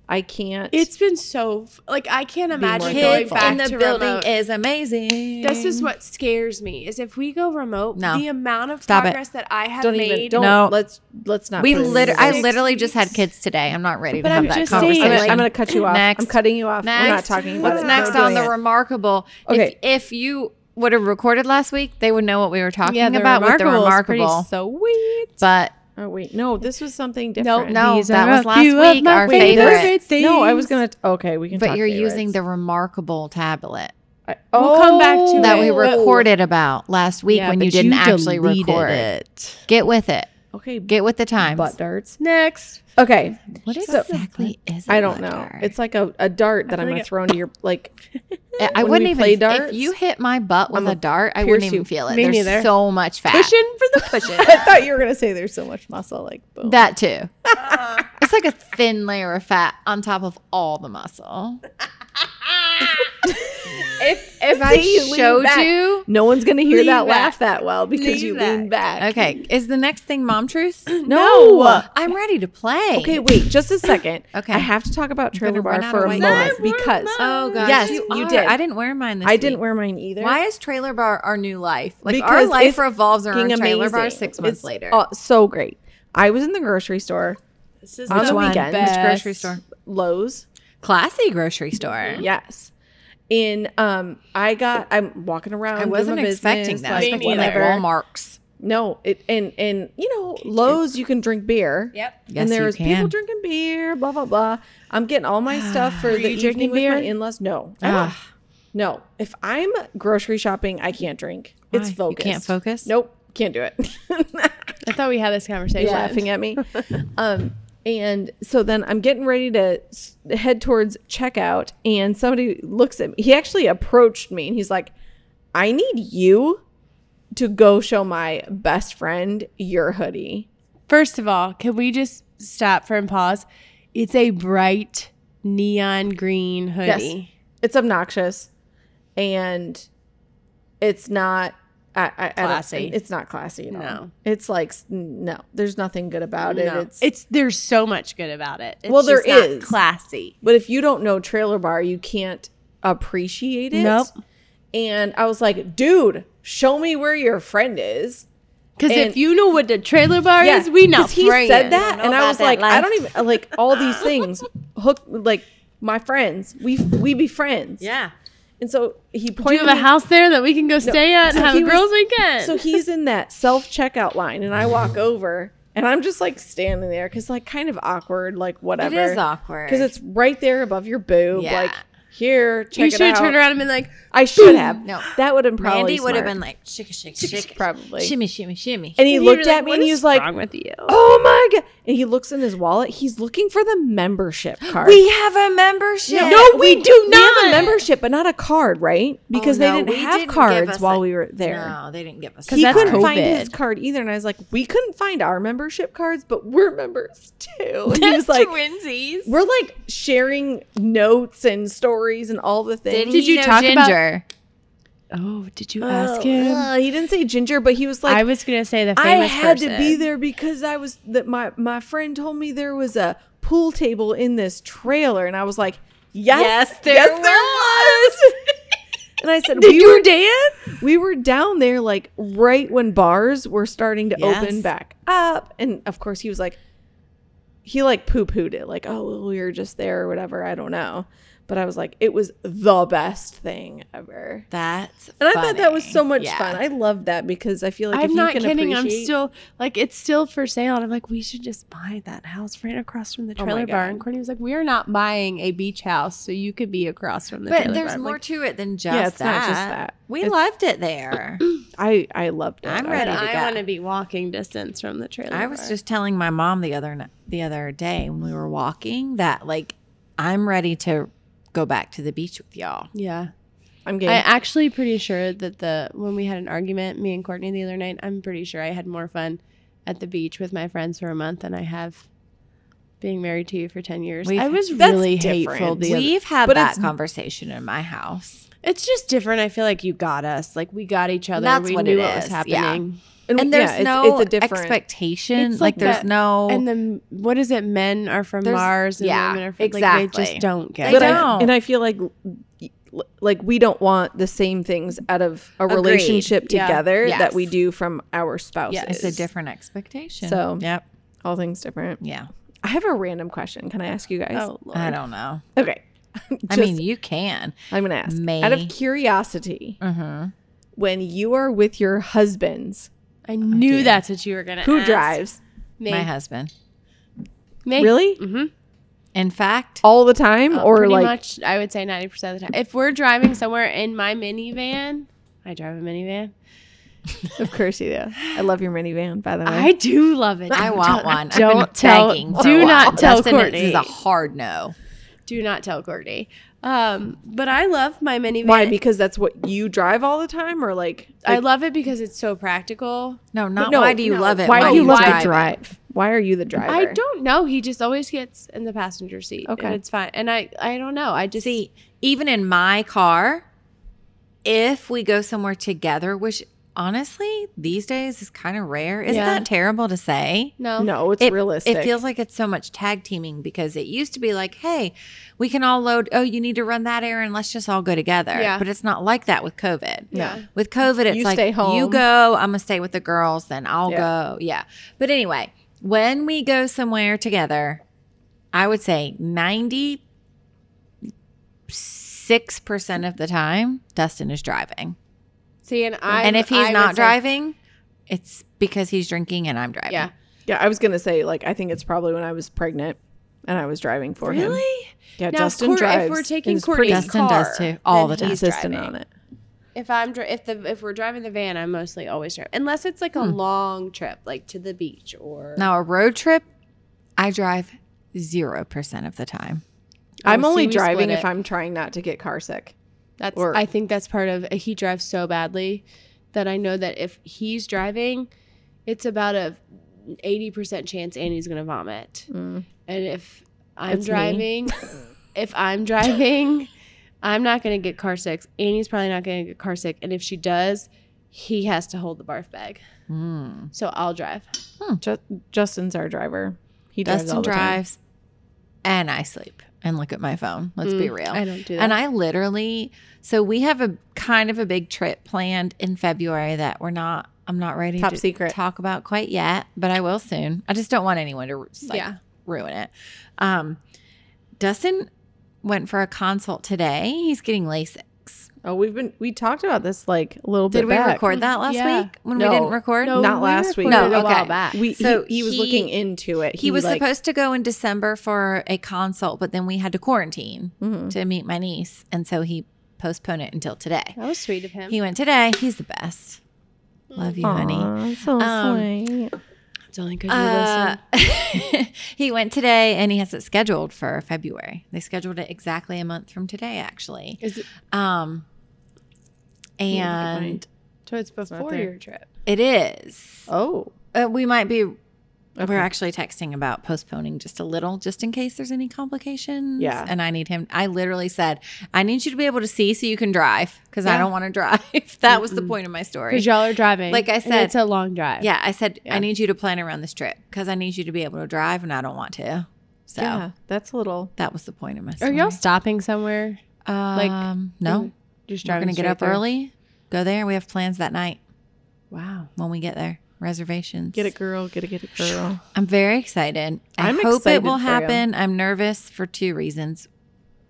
Speaker 2: I can't.
Speaker 4: It's been so f- like I can't imagine
Speaker 2: more
Speaker 4: going
Speaker 3: Kids
Speaker 4: back
Speaker 3: in the
Speaker 4: to
Speaker 3: building
Speaker 4: remote.
Speaker 3: is amazing.
Speaker 4: This is what scares me is if we go remote,
Speaker 3: No.
Speaker 4: the amount of
Speaker 3: Stop it.
Speaker 4: progress that I have
Speaker 2: don't
Speaker 4: made.
Speaker 2: even. Don't
Speaker 3: No.
Speaker 2: let's let's not.
Speaker 3: we
Speaker 2: put it in
Speaker 3: liter-
Speaker 2: the
Speaker 3: I
Speaker 2: list.
Speaker 3: literally just had kids today. I'm not ready to
Speaker 4: But
Speaker 3: have
Speaker 4: I'm
Speaker 3: that
Speaker 4: just saying,
Speaker 2: I'm
Speaker 3: conversation.
Speaker 2: gonna,
Speaker 4: like-
Speaker 2: I'm gonna cut you off.
Speaker 3: Next.
Speaker 2: I'm cutting you off. We're not
Speaker 3: Next.
Speaker 2: talking about
Speaker 3: What's
Speaker 2: it.
Speaker 3: next
Speaker 2: We're
Speaker 3: on the
Speaker 2: doing it.
Speaker 3: remarkable?
Speaker 2: Okay.
Speaker 3: If, if you would have recorded last week, they would know what we were talking
Speaker 4: yeah, the
Speaker 3: about with the
Speaker 4: Remarkable is pretty
Speaker 3: remarkable.
Speaker 4: sweet.
Speaker 3: But
Speaker 2: Oh wait, no, this was something
Speaker 4: No,
Speaker 2: different.
Speaker 3: no,
Speaker 4: these
Speaker 3: that
Speaker 4: are
Speaker 3: was
Speaker 4: a
Speaker 3: last
Speaker 4: few of
Speaker 3: week,
Speaker 4: my
Speaker 3: our
Speaker 4: favorite
Speaker 3: favorites.
Speaker 4: things.
Speaker 2: no, I was gonna. Okay, we can.
Speaker 3: but
Speaker 2: talk
Speaker 3: you're using the
Speaker 2: favorites. remarkable
Speaker 3: remarkable tablet
Speaker 2: I-
Speaker 4: We'll come back to
Speaker 2: Oh,
Speaker 3: that we
Speaker 4: Wait, but-
Speaker 3: recorded about last week when you didn't actually record it. Get with it.
Speaker 2: Okay.
Speaker 3: Get with the times.
Speaker 2: butt darts.
Speaker 4: Next.
Speaker 2: Okay.
Speaker 3: What
Speaker 2: So-
Speaker 3: exactly is? I
Speaker 2: I don't know. It's like a, a dart that
Speaker 4: I
Speaker 2: I'm
Speaker 4: feel
Speaker 2: gonna
Speaker 4: like
Speaker 2: throw into your like.
Speaker 3: I, I
Speaker 2: when
Speaker 3: wouldn't
Speaker 2: we
Speaker 3: even.
Speaker 2: play
Speaker 3: If
Speaker 2: darts,
Speaker 3: you hit my butt with
Speaker 2: I'm
Speaker 3: a,
Speaker 2: a
Speaker 3: dart, I
Speaker 2: pierce
Speaker 3: wouldn't even
Speaker 2: you.
Speaker 3: feel it.
Speaker 4: Me
Speaker 3: There's
Speaker 4: neither.
Speaker 3: so much fat.
Speaker 2: Pushing for the pushing. I thought you were gonna say there's so much muscle. Like boom.
Speaker 3: That too. it's like a thin layer of fat on top of all the muscle.
Speaker 2: if if
Speaker 3: I showed you.
Speaker 2: no one's gonna hear
Speaker 3: Lean
Speaker 2: that
Speaker 3: back.
Speaker 2: laugh that well because
Speaker 3: Lean
Speaker 2: you lean back.
Speaker 3: Okay, is the next thing mom truths?
Speaker 2: No.
Speaker 3: I'm ready to play.
Speaker 2: Okay, wait, just a second.
Speaker 3: Okay.
Speaker 2: I have to talk about
Speaker 3: I'm gonna
Speaker 2: Trailer Bar
Speaker 3: run out
Speaker 2: for
Speaker 3: of
Speaker 2: a
Speaker 3: white
Speaker 2: moment
Speaker 3: noise.
Speaker 2: because
Speaker 3: Oh gosh.
Speaker 2: Yes, you
Speaker 3: are.
Speaker 2: did.
Speaker 3: I didn't wear mine this
Speaker 2: I didn't
Speaker 3: week.
Speaker 2: wear mine either.
Speaker 3: Why is trailer bar our new life? Like our
Speaker 2: Because
Speaker 3: life
Speaker 2: it's
Speaker 3: revolves around
Speaker 2: Fucking
Speaker 3: trailer bar
Speaker 2: amazing.
Speaker 3: six months
Speaker 2: It's,
Speaker 3: later.
Speaker 2: uh, so great. I was in the grocery store,
Speaker 1: This is
Speaker 2: On
Speaker 1: the
Speaker 2: the
Speaker 1: one.
Speaker 2: weekend.
Speaker 3: Which
Speaker 2: Which
Speaker 3: grocery store?
Speaker 2: Lowe's.
Speaker 3: Classy grocery store.
Speaker 2: Yes. In um, I got. I'm walking around.
Speaker 3: I
Speaker 2: doing
Speaker 3: wasn't
Speaker 2: my
Speaker 3: expecting
Speaker 2: business,
Speaker 3: that.
Speaker 2: Like,
Speaker 3: I was expecting like
Speaker 2: whatever.
Speaker 3: Walmart's.
Speaker 2: No, it and and you know Lowe's. You can drink beer.
Speaker 1: Yep.
Speaker 3: Yes,
Speaker 2: and
Speaker 3: you
Speaker 2: there's people
Speaker 3: can.
Speaker 2: drinking beer. Blah blah blah. I'm getting all my stuff for
Speaker 1: Were
Speaker 2: the
Speaker 1: you
Speaker 2: evening
Speaker 1: drinking
Speaker 2: with my
Speaker 1: beer?
Speaker 2: in-laws. No,
Speaker 3: Ah,
Speaker 2: no. If I'm grocery shopping, I can't drink. It's
Speaker 3: why? You
Speaker 2: focused.
Speaker 3: can't focus.
Speaker 2: Nope, can't do it.
Speaker 4: I thought we had this conversation.
Speaker 2: laughing at me. um, and so then I'm getting ready to s- head towards checkout, and somebody looks at me. He actually approached me, and he's like, "I need you to go show my best friend your hoodie."
Speaker 4: First of all, can we just stop for and pause? It's a bright neon green hoodie.
Speaker 2: It's obnoxious, and it's not. I, I, I don't-
Speaker 4: Classy.
Speaker 2: It's not classy. At all.
Speaker 4: No.
Speaker 2: it's like s- no. There's nothing good about it.
Speaker 4: No.
Speaker 2: It's,
Speaker 4: it's there's so much good about it. It's
Speaker 2: Well, there
Speaker 4: just not
Speaker 2: is.
Speaker 4: classy.
Speaker 2: But if you don't know Trailer Bar, you can't appreciate it.
Speaker 4: Nope.
Speaker 2: And I was like, dude, show me where your friend is.
Speaker 4: Because if
Speaker 2: And-
Speaker 4: you know what the trailer bar is, we know.
Speaker 2: 'Cause he said that, and I was like, I don't even like all these things. Hook like my friends. We we be friends.
Speaker 3: Yeah.
Speaker 2: And so he
Speaker 4: Do you
Speaker 2: pointed.
Speaker 4: have a
Speaker 2: me-
Speaker 4: house there that we can go stay at and
Speaker 2: so
Speaker 4: have a
Speaker 2: he was-
Speaker 4: girls' weekend?
Speaker 2: So he's in that self checkout line, and I walk over, and I'm just like standing there because like kind of awkward, like whatever.
Speaker 3: It is awkward.
Speaker 2: because it's right there above your boob.
Speaker 3: Yeah.
Speaker 2: Like here, check
Speaker 4: you
Speaker 2: it
Speaker 4: should have
Speaker 2: out.
Speaker 4: turned around and been like,
Speaker 2: I should have.
Speaker 3: No.
Speaker 2: that would have probably.
Speaker 3: Randy would have
Speaker 2: smart.
Speaker 3: been like shake, shake, shake,
Speaker 2: probably.
Speaker 3: shimmy, shimmy, shimmy.
Speaker 2: and he
Speaker 4: you were
Speaker 2: looked at me
Speaker 4: "What
Speaker 2: and he
Speaker 4: is
Speaker 2: was like,
Speaker 4: wrong with you?
Speaker 2: "Oh my god!" And he looks in his wallet. He's looking for the membership card.
Speaker 3: have a membership.
Speaker 4: No, we, do
Speaker 2: We have a
Speaker 4: not.
Speaker 2: membership, but not a card, right? Because
Speaker 3: no,
Speaker 2: they didn't
Speaker 3: we
Speaker 2: have
Speaker 3: didn't give us
Speaker 2: cards
Speaker 3: a-
Speaker 2: while we were there.
Speaker 3: No, they didn't give us.
Speaker 2: He
Speaker 4: that's
Speaker 2: couldn't find
Speaker 4: COVID.
Speaker 2: his card either, and I was like, "We couldn't find our membership cards, but we're members too." And he was like,
Speaker 3: twinsies.
Speaker 2: "We're like sharing notes and stories and all the things."
Speaker 4: Did you talk about-
Speaker 3: ginger?
Speaker 4: Oh, did you
Speaker 2: Oh,
Speaker 4: ask him?
Speaker 2: uh, he didn't say ginger, but he was like,
Speaker 4: I was gonna say the
Speaker 2: I
Speaker 4: famous
Speaker 2: had to be
Speaker 4: person.
Speaker 2: there because I was that my my friend told me there was a pool table in this trailer, and I was like, yes,
Speaker 3: Yes, there
Speaker 2: was. and I said, we were Dan. We were down there like right when bars were starting to
Speaker 3: Yes.
Speaker 2: open back up, and of course he was like, he like poo pooed it, like, oh, well, we were just there or whatever. I don't know. But I was like, it was the best thing ever.
Speaker 3: That's
Speaker 2: And I thought that was
Speaker 3: funny.
Speaker 2: so much
Speaker 3: Yeah.
Speaker 2: fun. I loved that because I feel like if
Speaker 4: I'm
Speaker 2: you
Speaker 4: not
Speaker 2: can
Speaker 4: kidding. I'm
Speaker 2: appreciate-
Speaker 4: still like it's still for sale, and I'm like, we should just buy that house right across from the
Speaker 2: Oh my
Speaker 4: trailer bar.
Speaker 2: God.
Speaker 4: And Courtney was like, we are not buying a beach house, so you could be across from the.
Speaker 3: But
Speaker 4: trailer
Speaker 3: there's
Speaker 4: bar. I'm
Speaker 3: more
Speaker 4: Like,
Speaker 3: to it than just
Speaker 2: it's
Speaker 3: that.
Speaker 2: not just that.
Speaker 3: We
Speaker 2: It's-
Speaker 3: loved it there.
Speaker 2: I I loved it.
Speaker 3: I'm
Speaker 2: I
Speaker 3: ready.
Speaker 2: thought-
Speaker 3: to
Speaker 4: I
Speaker 3: go.
Speaker 4: want to be walking distance from the trailer.
Speaker 3: I was
Speaker 4: bar.
Speaker 3: just telling my mom the other n- the other day when we were walking that like I'm ready to go back to the beach with y'all.
Speaker 4: yeah.
Speaker 2: I'm
Speaker 4: I
Speaker 2: getting.
Speaker 4: actually pretty sure that the when we had an argument, me and Courtney the other night, I'm pretty sure I had more fun at the beach with my friends for a month than I have being married to you for ten years.
Speaker 3: We've-
Speaker 4: I was
Speaker 2: That's
Speaker 4: really
Speaker 2: different.
Speaker 4: hateful. The other,
Speaker 3: We've had
Speaker 2: but
Speaker 3: that
Speaker 2: it's-
Speaker 3: conversation in my house.
Speaker 4: it's just different. I feel like you got us. Like we got each other.
Speaker 3: That's
Speaker 4: we
Speaker 3: what
Speaker 4: knew
Speaker 3: it
Speaker 4: what was
Speaker 3: is, yeah.
Speaker 4: happening.
Speaker 3: And there's no expectation.
Speaker 4: It's
Speaker 3: like,
Speaker 4: like
Speaker 3: there's
Speaker 4: that-
Speaker 3: no
Speaker 4: And the what is it? Men are from
Speaker 3: There's-
Speaker 4: Mars and
Speaker 3: yeah,
Speaker 4: women are from Like, they
Speaker 3: exactly.
Speaker 4: just don't get
Speaker 3: They
Speaker 2: but
Speaker 4: it.
Speaker 3: don't.
Speaker 2: I, and I feel like like we don't want the same things out of a
Speaker 3: Agreed.
Speaker 2: relationship
Speaker 4: Yeah.
Speaker 2: together
Speaker 3: Yes.
Speaker 2: that we do from our spouses.
Speaker 3: it's a different expectation.
Speaker 2: So-
Speaker 3: yep,
Speaker 2: All things different.
Speaker 3: yeah.
Speaker 2: I have a random question. Can I ask you guys?
Speaker 4: Oh Lord.
Speaker 3: I don't know.
Speaker 2: Okay.
Speaker 3: I mean, you can.
Speaker 2: I'm gonna ask
Speaker 3: may-
Speaker 2: out of curiosity.
Speaker 3: Mm-hmm.
Speaker 2: When you are with your husbands,
Speaker 4: I knew that's what you were gonna.
Speaker 2: who
Speaker 4: ask.
Speaker 2: drives?
Speaker 4: Me.
Speaker 3: My husband.
Speaker 4: Me.
Speaker 2: Really?
Speaker 4: Mm-hmm.
Speaker 3: In fact,
Speaker 2: All the time, or
Speaker 4: Oh, pretty
Speaker 2: like
Speaker 4: much I would say 90% of the time. If we're driving somewhere in my minivan, I drive a minivan.
Speaker 2: of course you do. I love your minivan, by the way.
Speaker 4: I do love it.
Speaker 3: I want one. I've been
Speaker 4: Don't tell-
Speaker 3: begging for
Speaker 4: do
Speaker 3: a while.
Speaker 4: not tell
Speaker 3: Dustin, This is a
Speaker 4: Courtney.
Speaker 3: hard no.
Speaker 4: Do not tell Courtney. Um, but I love my minivan.
Speaker 2: Why? Because that's what you drive all the time, or like,
Speaker 4: I love it because it's so practical.
Speaker 3: No, not
Speaker 2: no,
Speaker 3: why do you
Speaker 2: no,
Speaker 3: love it?
Speaker 2: Why, do you love
Speaker 3: drive
Speaker 2: to
Speaker 3: it?
Speaker 2: drive? Why are you the driver?
Speaker 4: I don't know. He just always gets in the passenger seat.
Speaker 2: Okay.
Speaker 4: And it's fine. And I, I don't know. I just
Speaker 3: See, even in my car, if we go somewhere together, which honestly these days is kind of rare, isn't
Speaker 4: Yeah.
Speaker 3: that terrible to say?
Speaker 4: no.
Speaker 2: No, it's
Speaker 3: It-
Speaker 2: realistic.
Speaker 3: It feels like it's so much tag teaming because it used to be like, hey, we can all load, oh, you need to run that errand, let's just all go together.
Speaker 4: Yeah.
Speaker 3: But it's not like that with COVID.
Speaker 4: Yeah.
Speaker 3: With COVID, it's
Speaker 2: You
Speaker 3: like
Speaker 2: stay
Speaker 3: you
Speaker 2: home.
Speaker 3: go, I'm gonna stay with the girls, then I'll
Speaker 2: Yeah.
Speaker 3: go. Yeah. But anyway, when we go somewhere together, I would say 96% of the time, Dustin is driving.
Speaker 4: See, and I
Speaker 3: and if he's
Speaker 4: I
Speaker 3: not
Speaker 4: would say-
Speaker 3: driving, it's because he's drinking and I'm driving.
Speaker 4: yeah.
Speaker 2: Yeah, I was gonna say like I think it's probably when I was pregnant and I was driving for him.
Speaker 4: Really?
Speaker 2: Yeah,
Speaker 4: Now, if
Speaker 2: Justin
Speaker 4: Court- if
Speaker 2: drives.
Speaker 4: we're
Speaker 2: and
Speaker 4: taking
Speaker 2: is pretty
Speaker 4: Courtney's
Speaker 3: Dustin does
Speaker 4: car,
Speaker 3: too, all
Speaker 4: then
Speaker 3: the time.
Speaker 4: he's
Speaker 2: consistent
Speaker 4: driving.
Speaker 2: on it.
Speaker 4: If I'm dri- if the if we're driving the van, I'm mostly always driving unless it's like a long trip, like to the beach or
Speaker 3: Now, a road trip, I drive 0% of the time.
Speaker 2: I'm
Speaker 4: Oh, see,
Speaker 2: only
Speaker 4: we
Speaker 2: driving
Speaker 4: split
Speaker 2: if
Speaker 4: it.
Speaker 2: I'm trying not to get car sick.
Speaker 4: That's
Speaker 2: Or-
Speaker 4: I think that's part of he drives so badly that I know that if he's driving, it's about a eighty percent chance Annie's gonna vomit.
Speaker 3: Mm.
Speaker 4: And if I'm
Speaker 2: It's me.
Speaker 4: driving, if I'm driving, I'm not gonna get car sick. Annie's probably not gonna get car sick. And if she does, he has to hold the barf bag.
Speaker 2: Hmm.
Speaker 3: Mm.
Speaker 4: So I'll drive.
Speaker 2: Ju- Justin's our driver. He drives
Speaker 3: Dustin
Speaker 2: all the time.
Speaker 3: drives and I sleep and look at my phone. Let's be
Speaker 2: Mm.
Speaker 3: real.
Speaker 4: I don't do that.
Speaker 3: And I literally, so we have a kind of a big trip planned in February that we're not, I'm not ready
Speaker 2: Top
Speaker 3: to
Speaker 2: secret.
Speaker 3: talk about quite yet, but I will soon. I just don't want anyone to like,
Speaker 4: Yeah.
Speaker 3: ruin it. Um, Dustin went for a consult today. He's getting LASIX.
Speaker 2: Oh, we've been we talked about this like a little bit.
Speaker 3: Did we
Speaker 2: back.
Speaker 3: record that last
Speaker 4: Yeah.
Speaker 3: week when
Speaker 2: No.
Speaker 3: we didn't record?
Speaker 2: No, Not last week.
Speaker 4: recorded
Speaker 3: No,
Speaker 4: a while
Speaker 3: okay.
Speaker 4: back.
Speaker 2: We
Speaker 3: So
Speaker 2: he, he was
Speaker 3: he-
Speaker 2: looking into it.
Speaker 3: He was
Speaker 2: like,
Speaker 3: supposed to go in December for a consult, but then we had to quarantine
Speaker 2: Mhm.
Speaker 3: to meet my niece. And so he postponed it until today.
Speaker 4: that was sweet of him.
Speaker 3: He went today. He's the best. Love you, honey.
Speaker 2: Aw, so
Speaker 3: Um,
Speaker 2: sweet.
Speaker 4: it's only because
Speaker 3: Uh, he went today and he has it scheduled for February. They scheduled it exactly a month from today, actually.
Speaker 4: Is it,
Speaker 3: Um,
Speaker 2: at mine.
Speaker 3: and
Speaker 4: so it's
Speaker 2: not
Speaker 4: before
Speaker 2: there.
Speaker 4: your trip.
Speaker 3: it is.
Speaker 2: Oh,
Speaker 3: Uh, we might be.
Speaker 2: Okay.
Speaker 3: We're actually texting about postponing just a little, just in case there's any complications.
Speaker 2: Yeah.
Speaker 3: And I need him. I literally said, I need you to be able to see so you can drive because I
Speaker 4: Yeah.
Speaker 3: don't want to drive. that was the point of my story.
Speaker 4: Because y'all are driving.
Speaker 3: Like I
Speaker 4: and
Speaker 3: said-
Speaker 4: it's a long drive.
Speaker 3: Yeah. I said,
Speaker 4: Yeah.
Speaker 3: I need you to plan around this trip because I need you to be able to drive and I don't want to. So
Speaker 2: yeah, that's a little.
Speaker 3: that was the point of my
Speaker 4: Are
Speaker 3: story.
Speaker 4: y'all stopping somewhere? like,
Speaker 3: um, no.
Speaker 4: Just
Speaker 3: We're
Speaker 4: driving
Speaker 3: going to get
Speaker 4: straight
Speaker 3: up
Speaker 4: through?
Speaker 3: early, go there. We have plans that night
Speaker 4: Wow.
Speaker 3: when we get there. Reservations.
Speaker 2: Get it, girl. Get it, get it, girl.
Speaker 3: I'm very excited. I
Speaker 2: I'm
Speaker 3: hope
Speaker 2: excited
Speaker 3: it will
Speaker 2: for
Speaker 3: happen. I'm nervous for two reasons.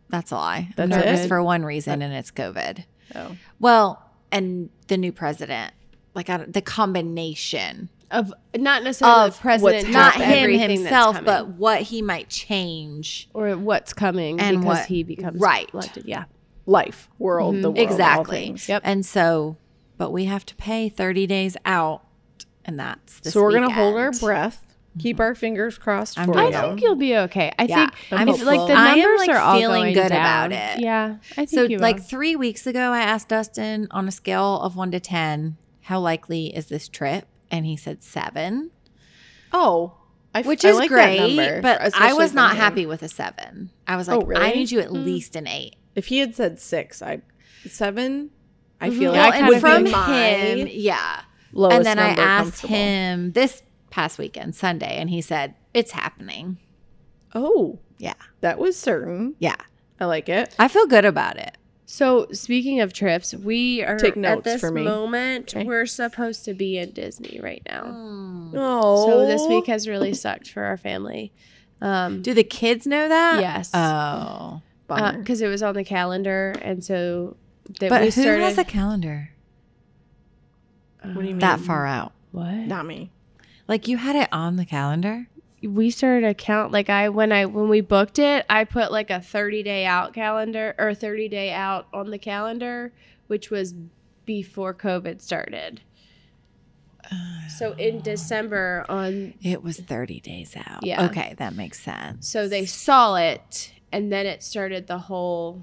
Speaker 3: That's a lie. I'm
Speaker 2: That's
Speaker 3: nervous
Speaker 2: it?
Speaker 3: for one reason, and it's COVID.
Speaker 2: Oh,
Speaker 3: Well, and the new president. Like I don't, the combination,
Speaker 4: Of not necessarily
Speaker 3: Of
Speaker 4: the president,
Speaker 2: what's
Speaker 4: not
Speaker 3: not
Speaker 2: Just
Speaker 3: him
Speaker 4: him
Speaker 3: himself, but what he might change.
Speaker 4: or what's coming
Speaker 3: And
Speaker 4: because
Speaker 3: what-
Speaker 4: he becomes
Speaker 3: right.
Speaker 4: elected. Yeah.
Speaker 2: life, world, the world, all
Speaker 3: exactly.
Speaker 2: things.
Speaker 4: Yep.
Speaker 3: And so, but we have to pay 30 days out, and that's this
Speaker 2: So we're gonna hold our
Speaker 3: weekend.
Speaker 2: breath, keep our fingers crossed.
Speaker 3: I'm
Speaker 2: for
Speaker 3: doing
Speaker 4: I
Speaker 2: you.
Speaker 3: Yeah.
Speaker 4: think you'll be okay. I
Speaker 3: Yeah,
Speaker 4: think
Speaker 2: I'm
Speaker 4: if like the
Speaker 2: hopeful.
Speaker 3: I am,
Speaker 4: numbers are
Speaker 3: like,
Speaker 4: all
Speaker 3: feeling
Speaker 4: going
Speaker 3: good
Speaker 4: down,
Speaker 3: about it.
Speaker 4: Yeah. I think
Speaker 3: So,
Speaker 4: you
Speaker 3: like
Speaker 4: will.
Speaker 3: three weeks ago, I asked Dustin on a scale of one to 10, how likely is this trip? And he said seven,
Speaker 2: Oh, I f-
Speaker 3: which
Speaker 2: I
Speaker 3: is
Speaker 2: like that
Speaker 3: great.
Speaker 2: number,
Speaker 3: but I
Speaker 2: especially
Speaker 3: was
Speaker 2: for
Speaker 3: not
Speaker 2: him. Oh,
Speaker 3: happy with a seven. I was like,
Speaker 2: really? Hmm.
Speaker 3: I need you at least an eight.
Speaker 2: If he had said six, I seven. I feel
Speaker 4: Yeah, I
Speaker 2: like
Speaker 4: kinda
Speaker 2: would be
Speaker 3: from
Speaker 4: feel
Speaker 2: my
Speaker 3: him, yeah.
Speaker 2: lowest
Speaker 3: and then I
Speaker 2: number
Speaker 3: asked
Speaker 2: comfortable.
Speaker 3: him this past weekend, Sunday, and he said, it's happening.
Speaker 2: Oh,
Speaker 3: Yeah.
Speaker 2: that was certain.
Speaker 3: Yeah.
Speaker 2: I like it.
Speaker 3: I feel good about it.
Speaker 4: So speaking of trips, we are
Speaker 2: Take
Speaker 4: at
Speaker 2: notes
Speaker 4: this
Speaker 2: for me.
Speaker 4: moment
Speaker 2: Okay.
Speaker 4: we're supposed to be in Disney right now.
Speaker 3: Hmm.
Speaker 2: Oh,
Speaker 4: So this week has really sucked for our family. Um,
Speaker 3: Do the kids know that?
Speaker 4: Yes.
Speaker 3: Oh.
Speaker 2: Bummer.
Speaker 4: because Uh, it was on the calendar, and so that
Speaker 3: But
Speaker 4: we
Speaker 3: who
Speaker 4: started.
Speaker 3: has a calendar
Speaker 2: what do you mean?
Speaker 3: that far out?
Speaker 4: what?
Speaker 2: Not me.
Speaker 3: Like you had it on the calendar?
Speaker 4: We started a count. Like I when I when we booked it, I put like a thirty day out calendar or thirty day out on the calendar, which was before COVID started. So in December on
Speaker 3: It was 30 days out.
Speaker 4: Yeah.
Speaker 3: Okay, that makes sense.
Speaker 4: so they saw it and then it started the whole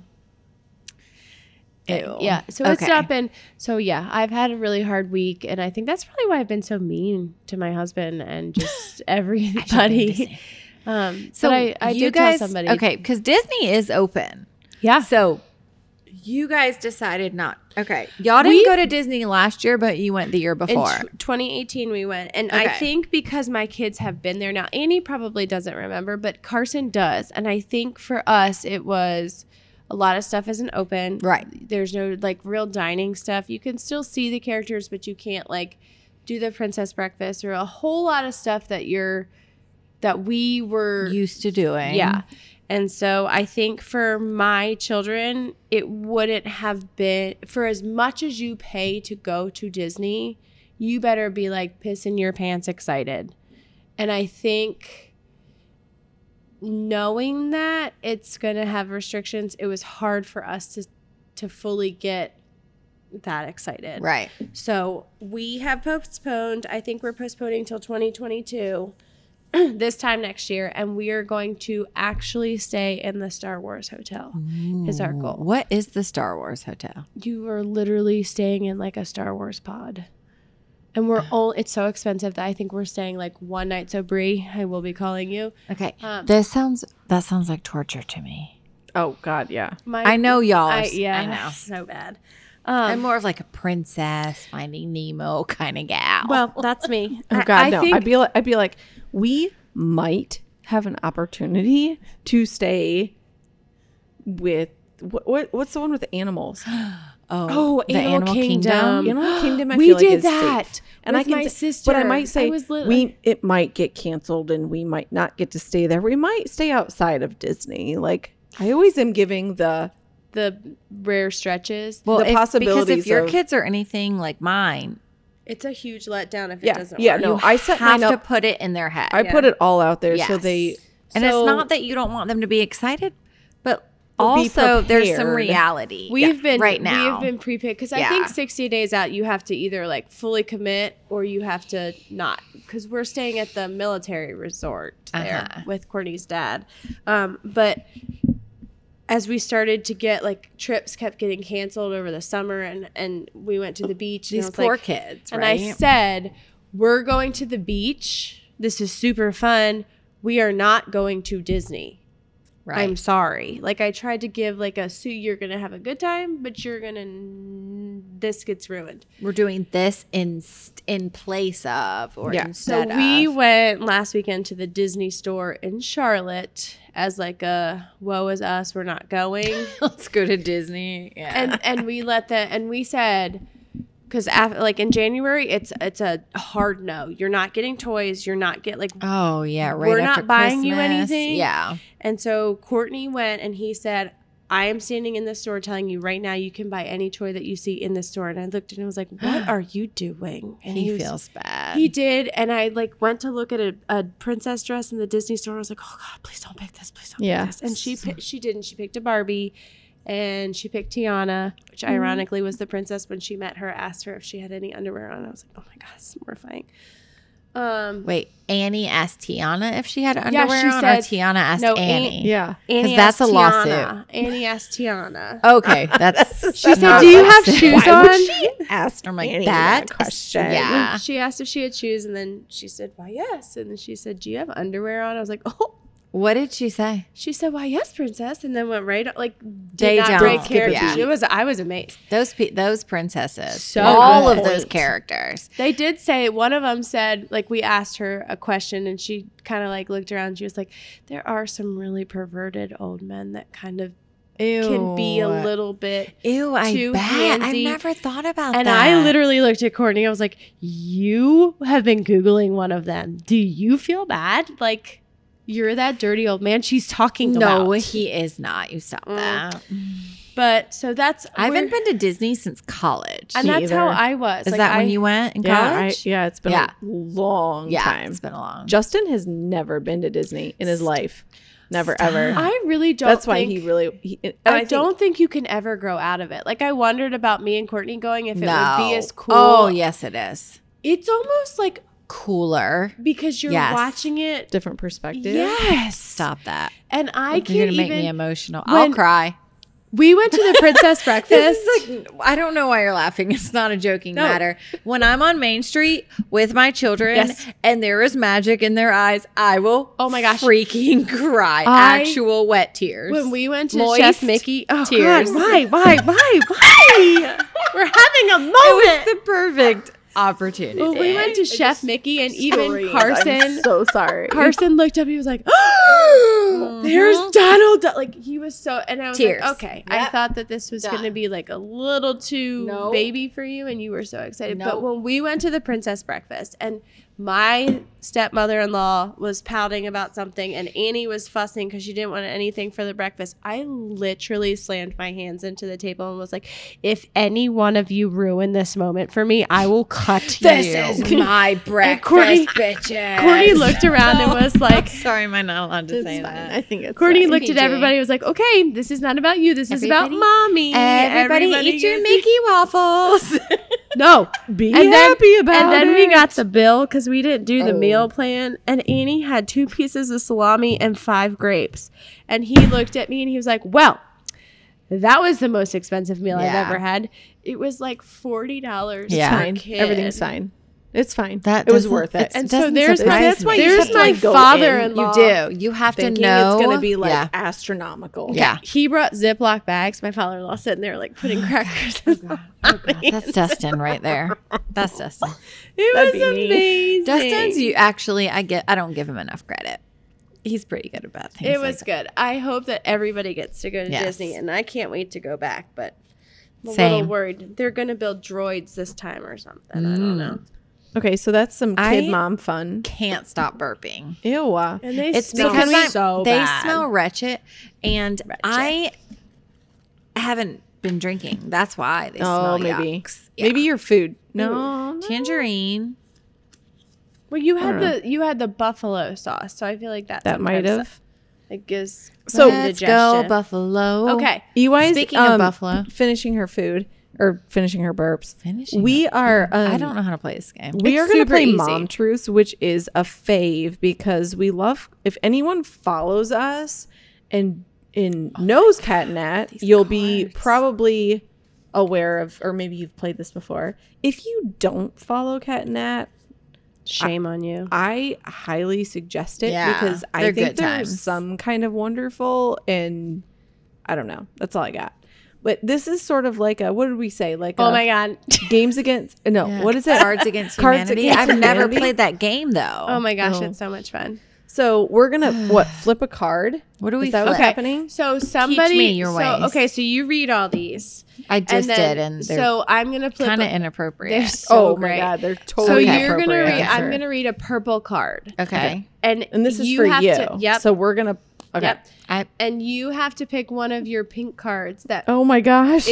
Speaker 3: Ew.
Speaker 4: uh, yeah. So it's
Speaker 3: Okay.
Speaker 4: not been so yeah, I've had a really hard week and I think that's probably why I've been so mean to my husband and just
Speaker 3: I should do the
Speaker 4: everybody.
Speaker 3: same.
Speaker 4: Um so
Speaker 3: So
Speaker 4: but I, I
Speaker 3: you
Speaker 4: did
Speaker 3: guys,
Speaker 4: tell somebody
Speaker 3: Okay, because Disney is open.
Speaker 4: Yeah.
Speaker 3: So you guys decided not. Okay. Y'all didn't
Speaker 4: We-
Speaker 3: go to Disney last year, but you went the year
Speaker 4: In
Speaker 3: before.
Speaker 4: tw 2018, we went, and I
Speaker 3: Okay.
Speaker 4: think because my kids have been there now, Annie probably doesn't remember, but Carson does, and I think for us it was a lot of stuff isn't open.
Speaker 3: Right.
Speaker 4: There's no like real dining stuff. You can still see the characters, but you can't like do the princess breakfast or a whole lot of stuff that you're that we were
Speaker 3: Used to doing.
Speaker 4: yeah. And so I think for my children, it wouldn't have been for as much as you pay to go to Disney, you better be like pissing your pants excited. And I think knowing that it's going to have restrictions, it was hard for us to to fully get that excited.
Speaker 3: Right.
Speaker 4: So we have postponed. I think we're postponing till 2022, this time next year, and we are going to actually stay in the Star Wars hotel. Is our goal.
Speaker 3: What is the Star Wars hotel?
Speaker 4: You are literally staying in like a Star Wars pod. And we're all, it's so expensive that I think we're staying like one night. So, Brie, I will be calling you.
Speaker 3: Okay.
Speaker 4: Um,
Speaker 3: this sounds that sounds like torture to me.
Speaker 2: Oh God, yeah.
Speaker 4: My,
Speaker 3: I know y'all. Are,
Speaker 4: I,
Speaker 3: I,
Speaker 4: yeah.
Speaker 3: I know.
Speaker 4: So bad. Um,
Speaker 3: I'm more of like a princess finding Nemo kind of gal.
Speaker 4: well, that's me.
Speaker 2: Oh
Speaker 4: I-
Speaker 2: God,
Speaker 4: I
Speaker 2: no.
Speaker 4: think-
Speaker 2: I'd be like, I'd be like, we might have an opportunity to stay with what, what what's the one with the animals?
Speaker 4: Oh, Animal Kingdom.
Speaker 2: Animal Kingdom. I
Speaker 4: We
Speaker 2: feel like
Speaker 4: did
Speaker 2: is safe.
Speaker 4: that
Speaker 2: and I
Speaker 4: with
Speaker 2: can
Speaker 4: my
Speaker 2: say- But I
Speaker 4: sister.
Speaker 2: might say
Speaker 4: I was lit-
Speaker 2: we it might get canceled, and we might not get to stay there. We might stay outside of Disney. Like I always am giving the
Speaker 4: the rare stretches.
Speaker 3: Well,
Speaker 2: the
Speaker 3: if, because if
Speaker 2: possibilities
Speaker 3: your
Speaker 2: of-
Speaker 3: kids are anything like mine,
Speaker 4: It's a huge letdown if it
Speaker 2: yeah
Speaker 4: doesn't
Speaker 2: yeah
Speaker 4: work.
Speaker 2: no. I set
Speaker 3: have
Speaker 2: mine
Speaker 3: to
Speaker 2: up.
Speaker 3: put it in their head.
Speaker 2: I put it all out there so
Speaker 3: Yes.
Speaker 2: they
Speaker 3: and
Speaker 4: So-
Speaker 3: it's not that you don't want them to be excited, but
Speaker 2: But be
Speaker 3: also there's some
Speaker 2: prepared.
Speaker 3: reality.
Speaker 4: We've
Speaker 3: Yeah,
Speaker 4: been
Speaker 3: right now.
Speaker 4: We've been prepaid because I
Speaker 3: Yeah.
Speaker 4: think sixty days out, you have to either like fully commit or you have to not. Because we're staying at the military resort there
Speaker 3: Uh-huh.
Speaker 4: with Courtney's dad, um, but as we started to get like trips kept getting canceled over the summer, and and we went to the beach. and I
Speaker 3: These
Speaker 4: was
Speaker 3: poor
Speaker 4: like,
Speaker 3: kids,
Speaker 4: and
Speaker 3: right?
Speaker 4: I said, We're going to the beach. This is super fun. We are not going to Disney.
Speaker 3: right.
Speaker 4: I'm sorry. Like I tried to give like a Sue, you're gonna have a good time, but you're gonna n- this gets ruined.
Speaker 3: We're doing this in in place of or
Speaker 2: Yeah.
Speaker 4: So
Speaker 3: instead
Speaker 4: we
Speaker 3: of.
Speaker 4: went last weekend to the Disney store in Charlotte as like a woe is us, we're not going.
Speaker 3: Let's go to Disney. Yeah.
Speaker 4: and and we let the and we said because like in January it's it's a hard no. You're not getting toys. You're not get like
Speaker 3: oh yeah, right.
Speaker 4: We're
Speaker 3: after
Speaker 4: not buying you
Speaker 3: Christmas.
Speaker 4: anything.
Speaker 3: Yeah.
Speaker 4: And so Courtney went and he said, I am standing in the store telling you right now you can buy any toy that you see in the store. And I looked at him and was like, What are you doing? And
Speaker 3: he,
Speaker 4: was-
Speaker 3: feels bad.
Speaker 4: He did. And I like went to look at a, a princess dress in the Disney store. I was like, Oh God, please don't pick this. Please don't
Speaker 2: Yeah.
Speaker 4: pick this. And she pi- she didn't. She picked a Barbie and she picked Tiana, which
Speaker 3: Mm-hmm.
Speaker 4: ironically was the princess when she met her, asked her if she had any underwear on. I was like, Oh my God, it's mortifying. Um
Speaker 3: Wait, Annie asked Tiana if she had
Speaker 4: Yeah,
Speaker 3: underwear
Speaker 4: she
Speaker 3: on,
Speaker 4: said-
Speaker 3: or Tiana asked
Speaker 4: no, An-
Speaker 3: Annie.
Speaker 2: yeah.
Speaker 4: Annie
Speaker 3: that's
Speaker 4: asked
Speaker 3: a lawsuit.
Speaker 4: Tiana. Annie asked Tiana.
Speaker 3: Okay, that's.
Speaker 4: She said, "Do you have shoes
Speaker 2: Why
Speaker 4: on?"
Speaker 2: would she ask
Speaker 3: I'm like,
Speaker 2: Annie
Speaker 3: that
Speaker 2: that,
Speaker 3: is-
Speaker 2: question?
Speaker 4: And
Speaker 3: yeah.
Speaker 4: she asked if she had shoes, and then she said, "Why yes." And then she said, "Do you have underwear on?" I was like, "Oh."
Speaker 3: What did she say?
Speaker 4: She said, "Why yes, princess," and then went right on, like did
Speaker 3: They
Speaker 4: not
Speaker 3: don't.
Speaker 4: break
Speaker 3: Skip
Speaker 4: character.
Speaker 3: a beat.
Speaker 4: It was I was amazed.
Speaker 3: Those pe- those princesses,
Speaker 4: So
Speaker 3: all
Speaker 4: good.
Speaker 3: of those
Speaker 4: Point.
Speaker 3: characters.
Speaker 4: They did say one of them said like we asked her a question, and she kind of like looked around. She was like, "There are some really perverted old men that kind of
Speaker 3: Ew.
Speaker 4: can be a little bit."
Speaker 3: Ew, I
Speaker 4: too
Speaker 3: bet.
Speaker 4: handsy.
Speaker 3: I've never thought about
Speaker 4: And
Speaker 3: that.
Speaker 4: I literally looked at Courtney. I was like, "You have been googling one of them. Do you feel bad? Like you're that dirty old man she's talking about?"
Speaker 3: No, he is not. You stop
Speaker 4: Mm.
Speaker 3: that.
Speaker 4: But so that's
Speaker 3: I haven't
Speaker 4: where-
Speaker 3: been to Disney since college.
Speaker 4: and
Speaker 2: Me
Speaker 4: that's how
Speaker 2: either.
Speaker 4: I was.
Speaker 3: is
Speaker 4: like,
Speaker 3: that
Speaker 4: I,
Speaker 3: when you went in
Speaker 2: Yeah, I,
Speaker 3: college?
Speaker 2: yeah, it's been
Speaker 3: Yeah.
Speaker 2: a long
Speaker 3: yeah,
Speaker 2: time.
Speaker 3: it's been a long.
Speaker 2: Justin has never been to Disney in his life, never
Speaker 3: Stop.
Speaker 2: ever.
Speaker 4: I really don't.
Speaker 2: That's why he
Speaker 4: think-
Speaker 2: really. He, and
Speaker 4: I,
Speaker 2: think-
Speaker 4: don't think you can Oh, ever grow out of it. Like I wondered about me and Courtney going if it would be as cool.
Speaker 3: Oh yes, it is.
Speaker 4: It's almost like
Speaker 3: Cooler.
Speaker 4: because you're
Speaker 3: Yes.
Speaker 4: watching it.
Speaker 2: Different perspective.
Speaker 4: Yes.
Speaker 3: Stop that.
Speaker 4: And I
Speaker 3: You're
Speaker 4: can't
Speaker 3: gonna make
Speaker 4: even.
Speaker 3: me emotional. I'll
Speaker 4: when-
Speaker 3: cry.
Speaker 4: we went to the princess breakfast.
Speaker 3: This is like I don't know why you're laughing. It's not a joking
Speaker 4: No.
Speaker 3: matter. When I'm on Main Street with my children
Speaker 4: Yes.
Speaker 3: and there is magic in their eyes, I will
Speaker 4: Oh my gosh.
Speaker 3: freaking cry.
Speaker 4: I-
Speaker 3: Actual wet tears.
Speaker 4: when we went to
Speaker 3: Moist
Speaker 4: Chef Mickey, oh
Speaker 3: tears.
Speaker 4: God, why, why, why, why? We're having a moment.
Speaker 3: it was the perfect opportunity.
Speaker 4: When we went to Chef Mickey, and even Carson,
Speaker 2: so sorry.
Speaker 4: Carson looked up. He was like, "Oh, there's
Speaker 3: Mhm.
Speaker 4: Donald." Duck." Like he was so, and I was
Speaker 3: Tears.
Speaker 4: like, "Okay." I
Speaker 3: Yep.
Speaker 4: thought that this was
Speaker 3: Done.
Speaker 4: going to be like a little too
Speaker 3: No.
Speaker 4: baby for you, and you were so excited. But
Speaker 3: Nope.
Speaker 4: when we went to the princess breakfast, and my stepmother-in-law was pouting about something, and Annie was fussing because she didn't want anything for the breakfast. I literally slammed my hands into the table and was like, "If any one of you ruin this moment for me, I will cut you."
Speaker 3: my
Speaker 4: And Courtney-
Speaker 3: bitches.
Speaker 4: Courtney looked around and was like,
Speaker 3: Sorry, am I not allowed to say that?
Speaker 2: I think it's
Speaker 4: Courtney
Speaker 2: fine.
Speaker 4: looked at
Speaker 3: PJ.
Speaker 4: everybody and was like, okay, this is not about you. This is about
Speaker 3: Everybody-
Speaker 4: mommy.
Speaker 3: Everybody, eat your Mickey waffles.
Speaker 4: No.
Speaker 2: Be
Speaker 4: And then-
Speaker 2: happy about
Speaker 4: And then we
Speaker 2: it.
Speaker 4: got the bill because we didn't do the
Speaker 3: Oh.
Speaker 4: meal plan. And Annie had two pieces of salami and five grapes. And he looked at me and he was like, well, that was the most expensive meal
Speaker 3: Yeah.
Speaker 4: I've ever had. It was like $40
Speaker 3: Yeah.
Speaker 4: per
Speaker 2: fine.
Speaker 4: kid.
Speaker 2: Everything's fine. It's fine.
Speaker 3: That
Speaker 2: it was
Speaker 3: doesn't-
Speaker 2: worth it.
Speaker 3: it's-
Speaker 4: And so
Speaker 3: Doesn't
Speaker 4: there's my,
Speaker 3: surprise
Speaker 4: that's why
Speaker 3: me.
Speaker 4: there's
Speaker 3: That's
Speaker 2: why
Speaker 4: my
Speaker 2: you go in.
Speaker 4: father-in-law.
Speaker 3: You do. You have to
Speaker 2: thinking
Speaker 3: know
Speaker 2: it's gonna be like
Speaker 3: Yeah.
Speaker 2: astronomical.
Speaker 3: Yeah.
Speaker 4: He brought Ziploc bags. My father-in-law sitting there like
Speaker 2: Oh,
Speaker 4: putting crackers. in my
Speaker 3: That's Dustin right there. That's Dustin.
Speaker 4: It
Speaker 2: That'd
Speaker 4: was
Speaker 2: be me.
Speaker 4: amazing.
Speaker 3: Dustin's you actually I get I don't give him enough credit. He's pretty good about things.
Speaker 4: It was good. I hope that everybody gets to go to
Speaker 3: Yes.
Speaker 4: Disney, and I can't wait to go back. But I'm a
Speaker 3: Same.
Speaker 4: little worried they're going to build droids this time or something. I don't know.
Speaker 2: Okay, so that's some kid
Speaker 3: I-
Speaker 2: mom fun.
Speaker 3: Can't stop burping.
Speaker 2: Ew. uh,
Speaker 4: And they
Speaker 3: It's
Speaker 4: smell
Speaker 3: because I'm,
Speaker 4: so
Speaker 3: they
Speaker 4: bad.
Speaker 3: smell wretched, and I haven't been drinking. That's why they
Speaker 2: Oh,
Speaker 3: smell.
Speaker 2: maybe.
Speaker 3: yucks. Yeah.
Speaker 2: Maybe your food. No.
Speaker 3: tangerine.
Speaker 4: Well, you
Speaker 2: I
Speaker 4: had
Speaker 2: dunno.
Speaker 4: the you had the buffalo sauce, so I feel like that
Speaker 2: That might
Speaker 4: sometimes
Speaker 2: have.
Speaker 4: it gives
Speaker 2: So-
Speaker 4: some
Speaker 3: Let's go
Speaker 4: digestion.
Speaker 3: buffalo.
Speaker 4: Okay,
Speaker 2: EY's
Speaker 3: Speaking
Speaker 2: um,
Speaker 3: of buffalo,
Speaker 2: finishing her food or finishing her burps.
Speaker 3: finishing.
Speaker 2: We are. Um,
Speaker 3: I don't know how to play this game.
Speaker 2: We
Speaker 4: It's
Speaker 2: are going to
Speaker 4: super
Speaker 2: play
Speaker 4: easy.
Speaker 2: Mom Truths, which is a fave because we love. If anyone follows us and and knows Cat Nat,
Speaker 3: Oh these
Speaker 2: you'll be
Speaker 3: cards.
Speaker 2: probably aware of, or maybe you've played this before. If you don't follow Cat Nat,
Speaker 4: shame on you.
Speaker 2: I highly suggest it
Speaker 3: Yeah,
Speaker 2: because I
Speaker 3: they're
Speaker 2: think
Speaker 3: good
Speaker 2: there's
Speaker 3: times.
Speaker 2: some kind of wonderful and I don't know. That's all I got. But this is sort of like a what did we say? Like
Speaker 4: Oh
Speaker 2: a
Speaker 4: my god.
Speaker 2: games against no,
Speaker 3: Yeah.
Speaker 2: what is it?
Speaker 3: Cards Against
Speaker 2: Cards
Speaker 3: Humanity.
Speaker 2: Against
Speaker 3: I've never
Speaker 2: Humanity?
Speaker 3: played that game though.
Speaker 4: Oh my gosh,
Speaker 2: Oh.
Speaker 4: it's so much fun.
Speaker 2: So we're gonna what flip a card?
Speaker 3: What do we?
Speaker 2: Is that what's
Speaker 3: flip?
Speaker 2: happening?
Speaker 4: So somebody,
Speaker 3: me your
Speaker 4: so,
Speaker 3: ways.
Speaker 4: Okay, so you read all these,
Speaker 3: I just
Speaker 4: then-
Speaker 3: did, and they're
Speaker 4: so I'm gonna flip.
Speaker 3: kind of
Speaker 4: a- They're
Speaker 3: inappropriate.
Speaker 4: so
Speaker 2: oh
Speaker 4: great.
Speaker 2: my god, they're
Speaker 4: So
Speaker 2: totally.
Speaker 4: you're gonna
Speaker 2: inappropriate,
Speaker 4: read.
Speaker 2: sure.
Speaker 4: I'm gonna read a purple card,
Speaker 3: Okay.
Speaker 4: and
Speaker 2: and this is
Speaker 4: you
Speaker 2: for
Speaker 4: have
Speaker 2: you.
Speaker 4: To, yep.
Speaker 2: So we're gonna okay.
Speaker 4: Yep.
Speaker 3: I
Speaker 4: And you have to pick one of your pink cards that is
Speaker 2: Oh my gosh.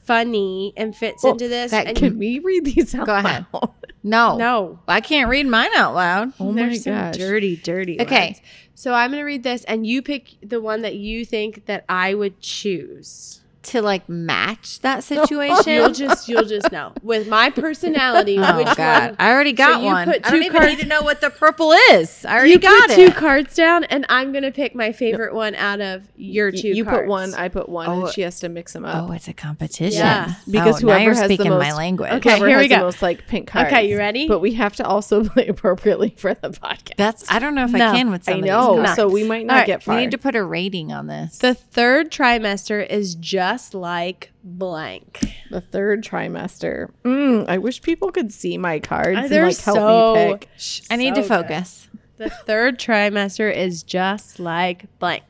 Speaker 4: funny and fits
Speaker 2: Well,
Speaker 4: into this.
Speaker 3: that
Speaker 4: and
Speaker 2: Can we read these out
Speaker 3: Go ahead.
Speaker 2: loud?
Speaker 3: no.
Speaker 4: no.
Speaker 3: I can't read mine out loud.
Speaker 2: Oh my
Speaker 4: There's some
Speaker 2: gosh.
Speaker 4: dirty, dirty.
Speaker 3: Okay.
Speaker 4: ones. So I'm gonna read this, and you pick the one that you think that I would choose.
Speaker 3: To like match that
Speaker 2: Oh.
Speaker 4: You'll
Speaker 3: situation.
Speaker 4: just, you'll just know with my personality,
Speaker 3: oh
Speaker 4: which
Speaker 3: god.
Speaker 4: one
Speaker 3: I already got
Speaker 4: you
Speaker 3: one.
Speaker 4: put
Speaker 3: I don't
Speaker 4: two
Speaker 3: even
Speaker 4: cards-
Speaker 3: need to know what the purple is. I already
Speaker 4: you
Speaker 3: got
Speaker 4: put two
Speaker 3: it.
Speaker 4: cards down, and I'm gonna pick my favorite one out of your two.
Speaker 2: you
Speaker 4: cards.
Speaker 2: put one, I put one,
Speaker 3: Oh.
Speaker 2: and she has to mix them up.
Speaker 3: Oh, it's a competition.
Speaker 4: Yeah.
Speaker 2: Because
Speaker 3: oh, now
Speaker 2: whoever
Speaker 3: you're
Speaker 2: has the
Speaker 3: speaking my
Speaker 2: most-
Speaker 3: language.
Speaker 4: Okay,
Speaker 2: Whoever
Speaker 4: here we
Speaker 2: has the
Speaker 4: go.
Speaker 2: most like pink
Speaker 4: Okay,
Speaker 2: cards.
Speaker 4: you ready?
Speaker 2: But we have to also play appropriately for the podcast.
Speaker 3: That's I don't know if
Speaker 4: No.
Speaker 3: I can with some
Speaker 2: I
Speaker 3: of
Speaker 2: know,
Speaker 3: these cards.
Speaker 2: so we might not
Speaker 4: All right,
Speaker 2: get far.
Speaker 3: We need to put a rating on this.
Speaker 4: The third trimester is just like blank.
Speaker 2: the third trimester. Mm, I wish people could see my cards and
Speaker 4: They're
Speaker 2: like help
Speaker 4: so-
Speaker 2: me pick.
Speaker 3: I need to
Speaker 4: so good.
Speaker 3: focus.
Speaker 4: The third trimester is just like blank.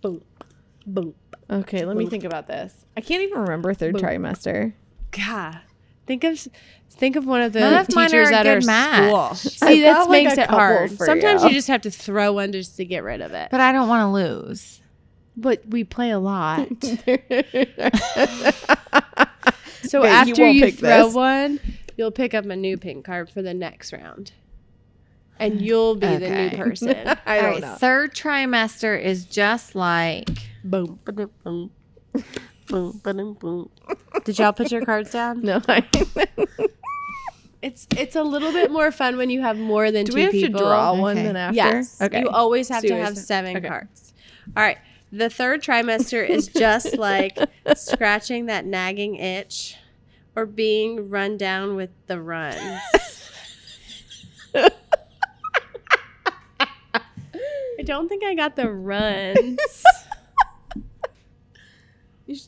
Speaker 4: Boom. Boom.
Speaker 2: Okay, let me think about this. I can't even remember third trimester.
Speaker 4: God. Think of think of one of the
Speaker 3: None of mine
Speaker 4: teachers
Speaker 3: are
Speaker 4: that
Speaker 3: good
Speaker 4: are
Speaker 3: match.
Speaker 4: school.
Speaker 2: I've
Speaker 4: See, that
Speaker 2: got, like,
Speaker 4: makes
Speaker 2: a
Speaker 4: it
Speaker 2: couple
Speaker 4: hard.
Speaker 2: for
Speaker 4: Sometimes
Speaker 2: you.
Speaker 4: you just have to throw one just to get rid of it.
Speaker 3: But I don't want to lose.
Speaker 4: But we play a lot. so
Speaker 2: Okay, you
Speaker 4: after
Speaker 2: won't
Speaker 4: you,
Speaker 2: pick
Speaker 4: throw
Speaker 2: this.
Speaker 4: one, you'll pick up a new pink card for the next round. And you'll be the new
Speaker 3: Okay.
Speaker 4: person.
Speaker 2: I
Speaker 3: All
Speaker 2: don't
Speaker 3: right,
Speaker 2: know.
Speaker 3: third trimester is just like
Speaker 4: boom. ba-dum, boom. Boom, ba-dum, boom. Did y'all put your cards down?
Speaker 2: No, I
Speaker 4: It's it's a little bit more fun when you have more than
Speaker 2: Do
Speaker 4: two
Speaker 2: we have
Speaker 4: people.
Speaker 2: to draw one
Speaker 3: Okay.
Speaker 2: then after?
Speaker 4: Yes.
Speaker 2: Okay.
Speaker 4: You always have
Speaker 2: So you
Speaker 4: to
Speaker 2: always
Speaker 4: have
Speaker 2: have-
Speaker 4: seven
Speaker 2: okay.
Speaker 4: cards. All right. The third trimester is just like scratching that nagging itch or being run down with the runs. I don't think I got the runs. You sh-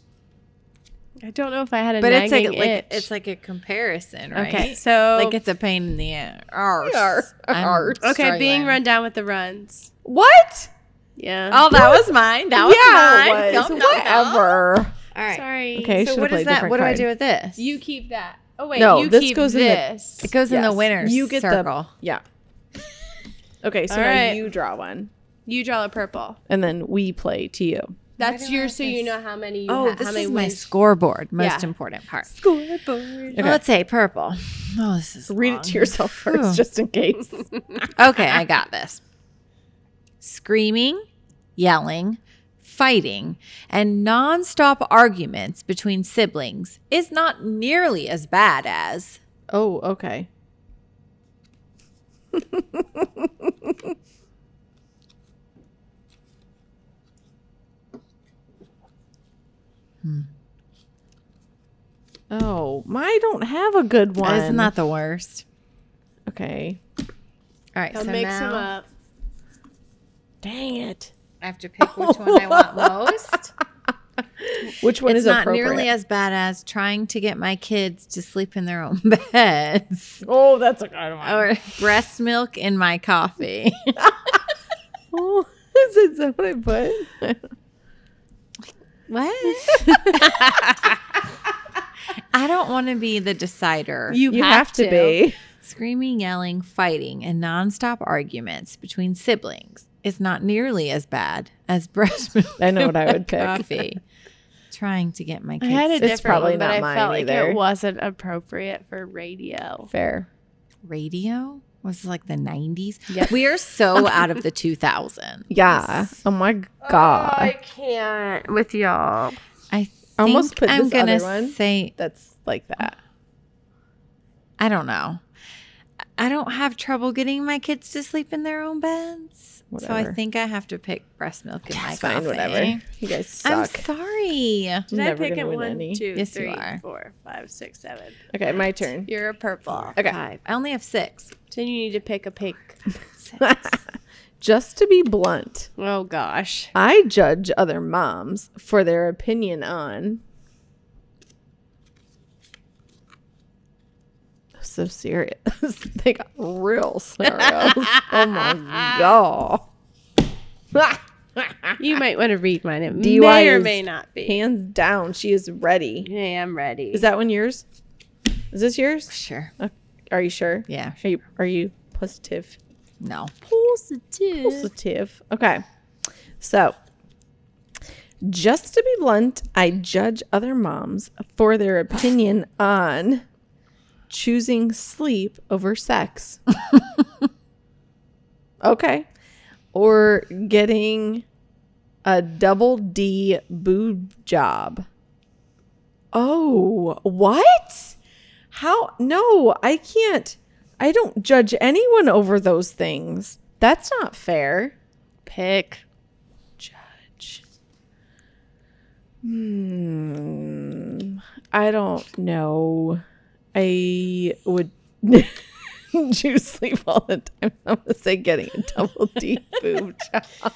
Speaker 4: I don't know if I had a
Speaker 3: But it's like,
Speaker 4: nagging
Speaker 3: like
Speaker 4: itch.
Speaker 3: it's like a comparison, right?
Speaker 4: okay, so
Speaker 3: like it's a pain in the ass.
Speaker 2: Arse.
Speaker 3: I'm
Speaker 2: Arse.
Speaker 4: okay,
Speaker 3: struggling.
Speaker 4: being run down with the runs.
Speaker 2: What?
Speaker 4: Yeah.
Speaker 3: Oh, that was mine. That was
Speaker 2: yeah,
Speaker 3: mine.
Speaker 2: it was.
Speaker 3: Dum, dum, dum.
Speaker 2: Whatever.
Speaker 3: All right.
Speaker 4: Sorry.
Speaker 2: Okay,
Speaker 3: So
Speaker 2: should've
Speaker 3: what is
Speaker 2: played
Speaker 3: that?
Speaker 2: different
Speaker 3: What do I
Speaker 2: card.
Speaker 3: do with this?
Speaker 4: You keep that. Oh wait,
Speaker 2: No,
Speaker 4: you
Speaker 2: this
Speaker 4: keep
Speaker 2: goes in the-
Speaker 4: this.
Speaker 3: it goes in the
Speaker 2: Yes.
Speaker 3: winner's
Speaker 2: You get the-
Speaker 3: circle.
Speaker 2: Yeah. Okay, so
Speaker 4: All
Speaker 2: now
Speaker 4: right.
Speaker 2: you draw one,
Speaker 4: you draw a purple.
Speaker 2: and then we play to you.
Speaker 4: That's
Speaker 3: do I
Speaker 4: your
Speaker 3: have
Speaker 4: so
Speaker 3: this?
Speaker 4: you know how many you
Speaker 3: oh,
Speaker 4: ha-
Speaker 3: this
Speaker 4: how many
Speaker 3: is my
Speaker 4: wins.
Speaker 3: scoreboard. Most
Speaker 4: Yeah.
Speaker 3: important part.
Speaker 4: scoreboard.
Speaker 2: Okay.
Speaker 3: Well, let's say purple. Oh, this is
Speaker 2: Read
Speaker 3: long.
Speaker 2: it to yourself first,
Speaker 3: Ooh.
Speaker 2: just in case.
Speaker 3: Okay, I got this. Screaming, yelling, fighting, and nonstop arguments between siblings is not nearly as bad as
Speaker 2: oh, okay. Hmm. Oh, my I don't have a good one.
Speaker 3: Isn't that the worst?
Speaker 2: okay?
Speaker 3: All right,
Speaker 4: I'll
Speaker 3: so
Speaker 4: make some
Speaker 3: now
Speaker 4: up.
Speaker 2: Dang it!
Speaker 3: I have to pick which one I want most.
Speaker 2: Which one
Speaker 3: it's
Speaker 2: is
Speaker 3: not
Speaker 2: appropriate?
Speaker 3: nearly as bad as trying to get my kids to sleep in their own beds
Speaker 2: oh, that's a good one.
Speaker 3: or breast milk in my coffee.
Speaker 2: Oh, is it- is that what I put?
Speaker 3: What? I don't want to be the decider.
Speaker 4: You, have, to.
Speaker 2: be.
Speaker 3: Screaming, yelling, fighting, and nonstop arguments between siblings is not nearly as bad as breast milk.
Speaker 2: I know
Speaker 3: in
Speaker 2: what I
Speaker 3: my
Speaker 2: would pick.
Speaker 3: Coffee. Trying to get my
Speaker 4: I
Speaker 3: kids.
Speaker 4: had a
Speaker 2: It's
Speaker 4: different
Speaker 2: probably
Speaker 4: one, but
Speaker 2: not
Speaker 4: I
Speaker 2: mine
Speaker 4: felt like
Speaker 2: either.
Speaker 4: it wasn't appropriate for radio.
Speaker 2: Fair.
Speaker 3: radio. Was it like the nineties?
Speaker 2: Yep.
Speaker 3: We are so out of the two thousand.
Speaker 2: Yeah. Oh my god.
Speaker 4: can't with y'all.
Speaker 3: I think
Speaker 2: Almost put
Speaker 3: I'm
Speaker 2: this
Speaker 3: gonna
Speaker 2: other one.
Speaker 3: say
Speaker 2: That's like that.
Speaker 3: I don't know. I don't have trouble getting my kids to sleep in their own beds. So I
Speaker 2: Whatever.
Speaker 3: think I have to pick breast milk in my
Speaker 2: It's fine.
Speaker 3: coffee.
Speaker 2: Whatever. You guys
Speaker 3: I'm
Speaker 2: suck.
Speaker 3: sorry.
Speaker 4: Did
Speaker 2: Never
Speaker 4: I pick
Speaker 2: gonna
Speaker 4: it?
Speaker 2: win
Speaker 4: One,
Speaker 2: any.
Speaker 4: two,
Speaker 3: Yes, you
Speaker 4: three,
Speaker 3: are.
Speaker 4: four, five, six, seven.
Speaker 2: okay, my turn.
Speaker 4: You're a purple.
Speaker 2: Okay.
Speaker 3: Five. I only have six.
Speaker 4: Then you need to pick a pink.
Speaker 2: Just to be blunt,
Speaker 4: Oh gosh.
Speaker 2: I judge other moms for their opinion on. So serious. they got real serious. oh my god.
Speaker 4: You might want to read mine. It
Speaker 2: DUI
Speaker 4: may or
Speaker 2: is
Speaker 4: may not be.
Speaker 2: Hands down, she is ready.
Speaker 4: Hey, I'm ready.
Speaker 2: Is that one yours? Is this yours?
Speaker 3: Sure.
Speaker 2: Are you sure?
Speaker 3: Yeah.
Speaker 2: Are you are you positive?
Speaker 3: No.
Speaker 4: positive?
Speaker 2: Positive. Okay. So, just to be blunt, I judge other moms for their opinion on choosing sleep over sex. okay. Or getting a double D boob job. Oh, what? How? No, I can't. I don't judge anyone over those things. That's not fair.
Speaker 4: Pick.
Speaker 2: Judge. Hmm. I don't know. I would choose sleep all the time. I'm gonna say getting a double D boob job.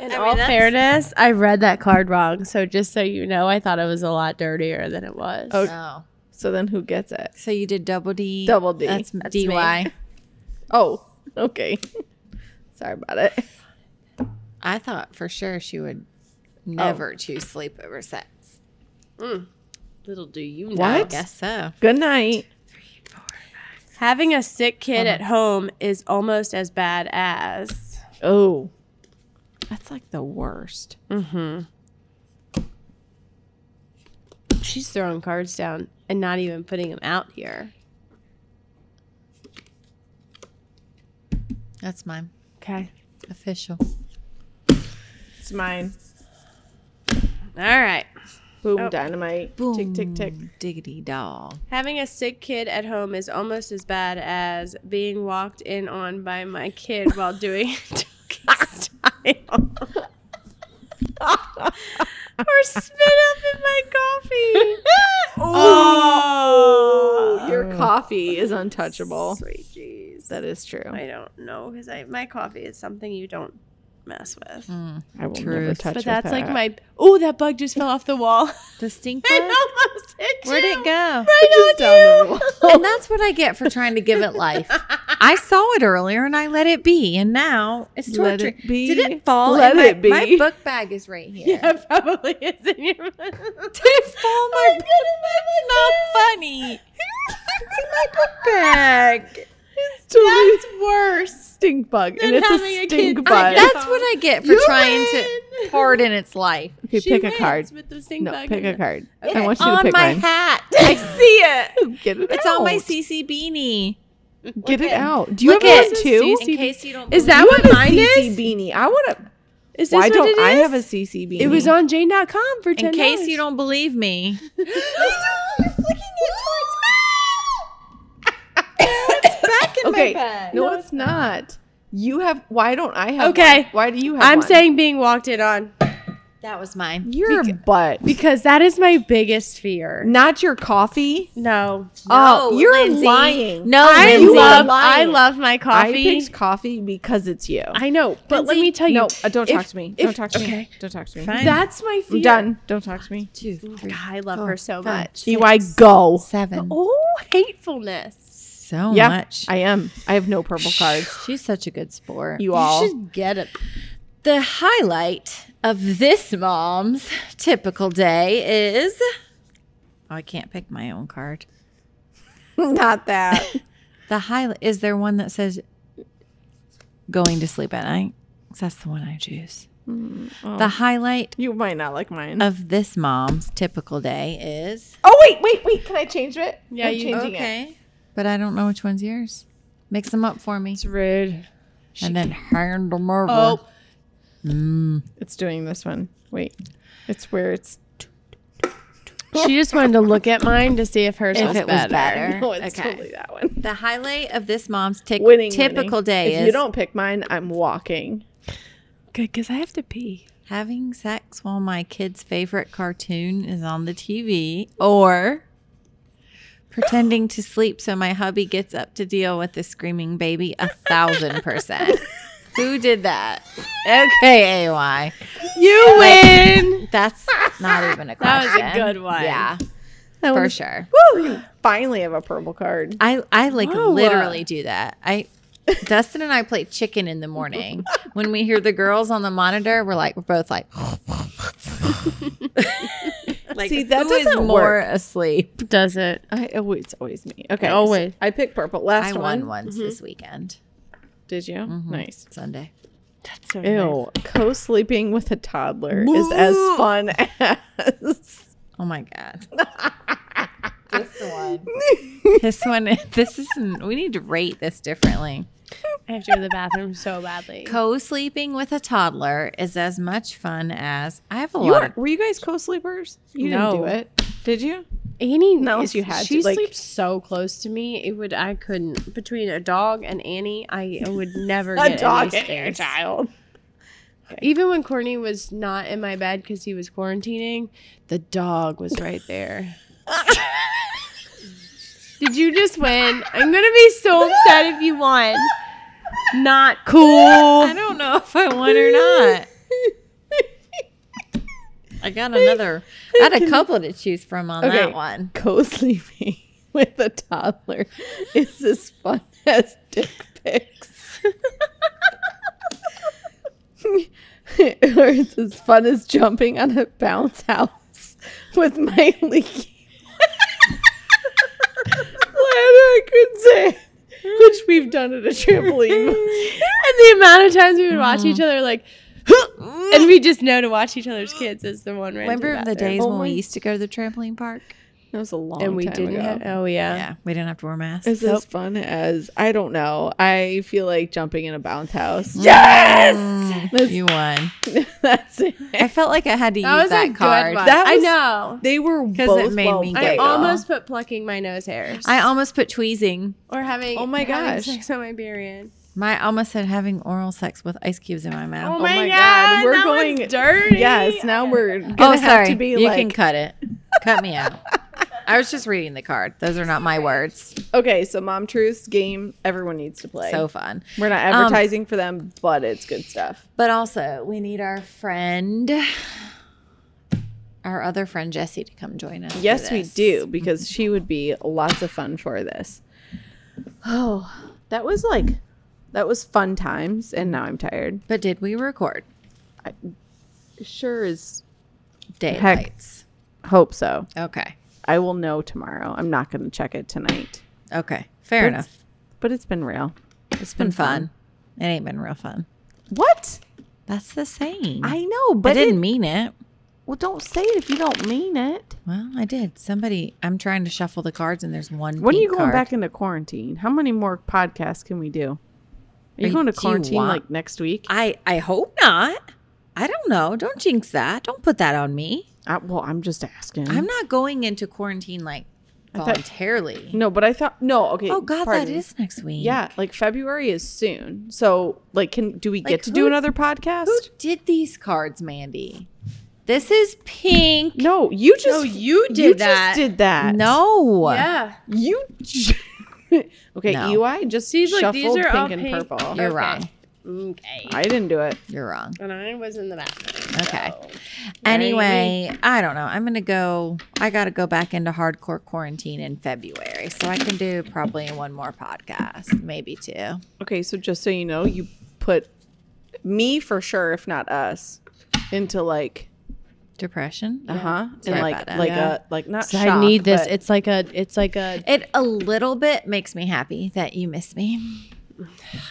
Speaker 4: In all fairness, I read that card wrong. So just so you know, I thought it was a lot dirtier than it was.
Speaker 2: Oh.
Speaker 3: Oh.
Speaker 2: So then, who gets it?
Speaker 3: So you did double D.
Speaker 2: Double D.
Speaker 3: That's,
Speaker 2: That's
Speaker 3: DY.
Speaker 2: Oh, okay. Sorry about it.
Speaker 3: I thought for sure she would
Speaker 2: Oh.
Speaker 3: never choose sleep over sex.
Speaker 4: Little do you know.
Speaker 3: I
Speaker 2: What?
Speaker 3: guess so.
Speaker 2: Good night.
Speaker 4: Having a sick kid at home is almost as bad as.
Speaker 2: Oh, that's like the worst.
Speaker 4: She's throwing cards down and not even putting them out here.
Speaker 3: That's mine.
Speaker 4: Okay.
Speaker 3: Official.
Speaker 2: It's mine.
Speaker 4: All right.
Speaker 2: Boom,
Speaker 4: Oh.
Speaker 2: dynamite. Tick,
Speaker 3: Boom.
Speaker 2: tick, tick.
Speaker 3: Diggity doll.
Speaker 4: Having a sick kid at home is almost as bad as being walked in on by my kid while doing doggy style. or spit up in my coffee.
Speaker 2: Oh, your coffee is untouchable.
Speaker 4: Sweet jeez.
Speaker 2: That is true.
Speaker 4: I don't know because I my coffee is something you don't mess with.
Speaker 3: Mm.
Speaker 2: I will never
Speaker 3: Truth.
Speaker 2: touch
Speaker 4: But
Speaker 2: with
Speaker 4: that's like
Speaker 2: that.
Speaker 4: my oh that bug just fell off the wall.
Speaker 3: The stink
Speaker 4: it
Speaker 3: bug.
Speaker 4: almost hit
Speaker 3: Where'd
Speaker 4: you.
Speaker 3: it
Speaker 4: Right
Speaker 3: go?
Speaker 2: Just
Speaker 4: on
Speaker 2: down
Speaker 4: you.
Speaker 2: the wall.
Speaker 3: And that's what I get for trying to give it life. I saw it earlier and I let it be, and now it's
Speaker 2: Let
Speaker 3: torture.
Speaker 2: it be.
Speaker 3: Did it fall?
Speaker 2: Let
Speaker 3: And my,
Speaker 2: it be.
Speaker 3: My book bag is right here.
Speaker 4: Yeah, it probably is in your. Oh
Speaker 3: Did it fall? My book It's not funny. it's in my book bag.
Speaker 2: Totally
Speaker 4: That's worse.
Speaker 2: stink bug, and
Speaker 4: than
Speaker 2: it's
Speaker 4: having a
Speaker 2: a stink
Speaker 4: kid.
Speaker 2: bug.
Speaker 3: I, that's what I get for
Speaker 4: You
Speaker 3: trying
Speaker 4: win.
Speaker 3: to pardon its life.
Speaker 2: okay,
Speaker 4: She
Speaker 2: pick a
Speaker 4: wins
Speaker 2: card.
Speaker 4: With the stink
Speaker 2: No,
Speaker 4: bug
Speaker 2: pick
Speaker 4: in
Speaker 2: a
Speaker 4: it.
Speaker 2: card. I
Speaker 3: It's
Speaker 2: want you to
Speaker 3: on
Speaker 2: pick
Speaker 3: my
Speaker 2: one.
Speaker 3: hat. I see it.
Speaker 2: Get it
Speaker 3: It's
Speaker 2: out.
Speaker 3: on my CC beanie.
Speaker 2: Get it
Speaker 3: at-
Speaker 2: out. Do you
Speaker 3: look
Speaker 2: have
Speaker 3: at-
Speaker 2: one too?
Speaker 3: In case you don't.
Speaker 4: Is that
Speaker 3: believe
Speaker 2: You
Speaker 4: what
Speaker 2: have a
Speaker 4: mine
Speaker 2: CC
Speaker 4: is?
Speaker 2: beanie. I want to.
Speaker 4: Is this
Speaker 2: Why
Speaker 4: what
Speaker 2: don't
Speaker 4: it
Speaker 2: I
Speaker 4: is?
Speaker 2: have a CC beanie?
Speaker 4: It was on Jane.com for ten.
Speaker 3: In case you don't believe me.
Speaker 4: back in
Speaker 2: Okay. No, it's not. You have. Why don't I have?
Speaker 4: Okay.
Speaker 2: one? Why do you have?
Speaker 4: I'm
Speaker 2: one?
Speaker 4: saying being walked in on
Speaker 3: That was mine.
Speaker 2: your butt,
Speaker 4: because that is my biggest fear.
Speaker 2: not your coffee.
Speaker 4: No,
Speaker 2: Oh,
Speaker 3: No,
Speaker 2: you're
Speaker 3: Lindsay.
Speaker 2: lying.
Speaker 3: No,
Speaker 4: I
Speaker 2: you
Speaker 3: Lindsay.
Speaker 4: love
Speaker 2: are
Speaker 4: I
Speaker 2: lying.
Speaker 4: love my
Speaker 2: I
Speaker 4: coffee.
Speaker 2: picked coffee because it's you.
Speaker 4: I, know, but let me tell you.
Speaker 2: No, uh, don't
Speaker 4: if-
Speaker 2: talk to me.
Speaker 4: if-
Speaker 2: don't talk to me.
Speaker 4: okay.
Speaker 2: Don't talk to me.
Speaker 3: Fine.
Speaker 4: That's my fear.
Speaker 2: I'm done. Don't talk to me.
Speaker 3: Two,
Speaker 4: God,
Speaker 3: three,
Speaker 4: I love
Speaker 3: four,
Speaker 4: her so
Speaker 3: five,
Speaker 4: much.
Speaker 2: Cy, go.
Speaker 3: seven.
Speaker 4: Oh, hatefulness.
Speaker 3: So
Speaker 2: yeah,
Speaker 3: much.
Speaker 2: I am. I have no purple cards.
Speaker 3: She's such a good sport.
Speaker 2: You all.
Speaker 3: should get it. The highlight of this mom's typical day is. Oh, I can't pick my own card.
Speaker 2: not that.
Speaker 3: The highlight is there one that says going to sleep at night? 'Cause that's the one I choose. The highlight
Speaker 2: You might not like mine.
Speaker 3: of this mom's typical day is.
Speaker 2: oh wait, wait, wait. Can I change it?
Speaker 4: Yeah,
Speaker 2: I'm
Speaker 4: you-
Speaker 2: changing it.
Speaker 3: But I don't know which one's yours. Mix them up for me.
Speaker 2: Rude.
Speaker 3: and then hand them over.
Speaker 4: Oh,
Speaker 3: Mm.
Speaker 2: It's doing this one. Wait. It's where it's
Speaker 4: she just wanted to look at mine to see if hers
Speaker 3: If
Speaker 4: was
Speaker 3: it was
Speaker 4: better.
Speaker 3: better.
Speaker 2: No, oh, it's
Speaker 3: Uh, Okay.
Speaker 2: totally that one.
Speaker 3: The highlight of this mom's tic-
Speaker 2: Winning
Speaker 3: typical
Speaker 2: winning.
Speaker 3: day
Speaker 2: If
Speaker 3: is
Speaker 2: you don't pick mine, I'm walking.
Speaker 4: Good, because I have to pee.
Speaker 3: having sex while my kid's favorite cartoon is on the TV or pretending to sleep so my hubby gets up to deal with the screaming baby a thousand percent. Who did that? Okay, AY.
Speaker 4: You win.
Speaker 3: That's not even a
Speaker 4: That was
Speaker 3: question.
Speaker 4: a good one.
Speaker 3: Yeah,
Speaker 2: That
Speaker 3: for
Speaker 2: one's-
Speaker 3: sure.
Speaker 2: Woo! Finally have a purple card.
Speaker 3: I I like
Speaker 4: Whoa.
Speaker 3: literally do that. I Dustin and I play chicken in the morning. when we hear the girls on the monitor, we're like we're both like like
Speaker 2: See, that
Speaker 3: who is
Speaker 2: doesn't
Speaker 3: more
Speaker 2: work.
Speaker 3: asleep.
Speaker 4: Does it?
Speaker 2: I oh, it's always me. Okay. so
Speaker 4: Always.
Speaker 2: I picked purple. Last
Speaker 3: I
Speaker 2: one. Mm-hmm.
Speaker 3: won once this weekend.
Speaker 2: Did you? Nice.
Speaker 3: Sunday.
Speaker 4: That's so
Speaker 2: Ew. Co sleeping with a toddler is as fun as
Speaker 3: Oh my god. this one. this one this is we need to rate this differently.
Speaker 4: I have to go to the bathroom so badly.
Speaker 3: Co-sleeping with a toddler is as much fun as I have a
Speaker 2: you
Speaker 3: lot
Speaker 2: were,
Speaker 3: of
Speaker 2: were you guys co sleepers? You
Speaker 4: No.
Speaker 2: didn't do it. Did you?
Speaker 4: Annie,
Speaker 2: Not unless
Speaker 4: is-
Speaker 2: you had to,
Speaker 4: she
Speaker 2: like-
Speaker 4: sleeps so close to me. It would I couldn't between a dog and Annie. I would never
Speaker 2: A
Speaker 4: get
Speaker 2: dog and
Speaker 4: any
Speaker 2: your
Speaker 4: space.
Speaker 2: child.
Speaker 4: Even when Courtney was not in my bed because he was quarantining, the dog was right there. Did you just win? I'm gonna be so upset if you won. Not cool.
Speaker 3: I don't know if I won or not. I got another. I had a couple to choose from on
Speaker 2: Okay.
Speaker 3: that one.
Speaker 2: Co sleeping with a toddler is as fun as dick pics. or it's as fun as jumping on a bounce house with my leaky bladder, I could say. Which we've done at a trampoline.
Speaker 4: And the amount of times we would watch each other like, and we just know to watch each other's kids is the one. Right
Speaker 3: Remember the
Speaker 4: days.
Speaker 3: days
Speaker 2: Oh
Speaker 3: when
Speaker 2: my-
Speaker 3: we used to go to the trampoline park?
Speaker 2: That was a long
Speaker 4: and we
Speaker 2: time
Speaker 4: didn't.
Speaker 2: ago.
Speaker 4: Have, oh yeah.
Speaker 3: Yeah, we didn't have to wear masks.
Speaker 2: It's as fun as I don't know. I feel like jumping in a bounce house.
Speaker 3: Yes,
Speaker 2: This-
Speaker 3: you won.
Speaker 2: That's it.
Speaker 3: I felt like I had to
Speaker 4: That
Speaker 3: use
Speaker 4: was
Speaker 3: that
Speaker 4: a
Speaker 3: card.
Speaker 4: good one.
Speaker 2: That
Speaker 4: I
Speaker 2: was-
Speaker 4: know.
Speaker 2: They were
Speaker 3: 'Cause
Speaker 2: both
Speaker 3: it made
Speaker 2: well
Speaker 3: me
Speaker 2: put.
Speaker 4: I
Speaker 3: giggle.
Speaker 4: almost put plucking my nose hairs.
Speaker 3: I almost put tweezing.
Speaker 4: or having
Speaker 2: Oh my
Speaker 4: having
Speaker 2: gosh.
Speaker 4: sex on my period.
Speaker 3: My I almost said having oral sex with ice cubes in my
Speaker 4: Oh
Speaker 3: mouth.
Speaker 2: my Oh my God, God, we're that going- one's
Speaker 4: dirty.
Speaker 2: Yes, now we're gonna
Speaker 3: Oh,
Speaker 2: have
Speaker 3: sorry.
Speaker 2: to be
Speaker 3: you
Speaker 2: like
Speaker 3: can cut it. Cut me out. I was just reading the card. Those are not my words.
Speaker 2: okay. So mom truths game everyone needs to play.
Speaker 3: So fun.
Speaker 2: we're not
Speaker 3: Um,
Speaker 2: advertising for them, but it's good stuff.
Speaker 3: But also, we need our friend, our other friend Jesse, to come join us. for
Speaker 2: Yes, we
Speaker 3: this.
Speaker 2: do because she would be lots of fun for this. Oh, that was like that was fun times, and now I'm tired.
Speaker 3: But did we record
Speaker 2: Sure is
Speaker 3: daylights?
Speaker 2: hope so.
Speaker 3: Okay.
Speaker 2: I will know tomorrow. I'm not going to check it tonight,
Speaker 3: Okay. Fair
Speaker 2: That's-
Speaker 3: enough.
Speaker 2: but it's been real.
Speaker 3: It's been fun. It ain't been real fun.
Speaker 2: What
Speaker 3: That's the saying.
Speaker 2: I know,
Speaker 3: I
Speaker 2: but
Speaker 3: didn't
Speaker 2: Mm. it,
Speaker 3: mean it.
Speaker 2: well, don't say it if you don't mean it.
Speaker 3: Well, I did. Somebody, I'm trying to shuffle the cards, and there's one.
Speaker 2: When are you
Speaker 3: pink
Speaker 2: going
Speaker 3: card.
Speaker 2: back into quarantine? How many more podcasts can we do? Are you
Speaker 3: Are-
Speaker 2: going to
Speaker 3: do you
Speaker 2: quarantine
Speaker 3: want-
Speaker 2: like next week?
Speaker 3: I I hope not. I don't know. Don't jinx that. Don't put that on me.
Speaker 2: I, well, I'm just asking.
Speaker 3: I'm not going into quarantine like
Speaker 2: Mm-hmm. thought-
Speaker 3: voluntarily.
Speaker 2: No, but I thought no. Okay.
Speaker 3: oh God,
Speaker 2: pardon.
Speaker 3: that is next week.
Speaker 2: yeah. Like February is soon. So like, can do we get to
Speaker 3: who-
Speaker 2: do another podcast?
Speaker 3: Who did these cards, Mandy? This is pink.
Speaker 2: No, you just
Speaker 3: No, you did
Speaker 2: you just
Speaker 3: that.
Speaker 2: did that.
Speaker 3: No.
Speaker 4: Yeah.
Speaker 2: you. j- okay,
Speaker 3: No.
Speaker 2: UI just
Speaker 4: See, look,
Speaker 2: shuffled
Speaker 4: these are
Speaker 2: pink
Speaker 4: all
Speaker 2: and
Speaker 4: pink.
Speaker 2: purple.
Speaker 3: You're
Speaker 4: Okay.
Speaker 3: wrong.
Speaker 4: Okay.
Speaker 2: I didn't do it.
Speaker 3: You're wrong.
Speaker 4: and I was in the bathroom.
Speaker 3: Okay.
Speaker 4: so-
Speaker 3: Anyway, I don't know. I'm gonna go. I gotta go back into hardcore quarantine in February, so I can do probably one more podcast, maybe two.
Speaker 2: Okay, so just so you know, you put me for sure, if not us, into like
Speaker 3: Depression.
Speaker 2: uh huh,
Speaker 3: Sorry
Speaker 2: and like
Speaker 3: about that.
Speaker 2: like
Speaker 1: Yeah.
Speaker 2: a like not.
Speaker 1: So
Speaker 2: shock,
Speaker 1: I need this.
Speaker 2: but-
Speaker 1: It's like a. It's like a.
Speaker 3: It a little bit makes me happy that you miss me.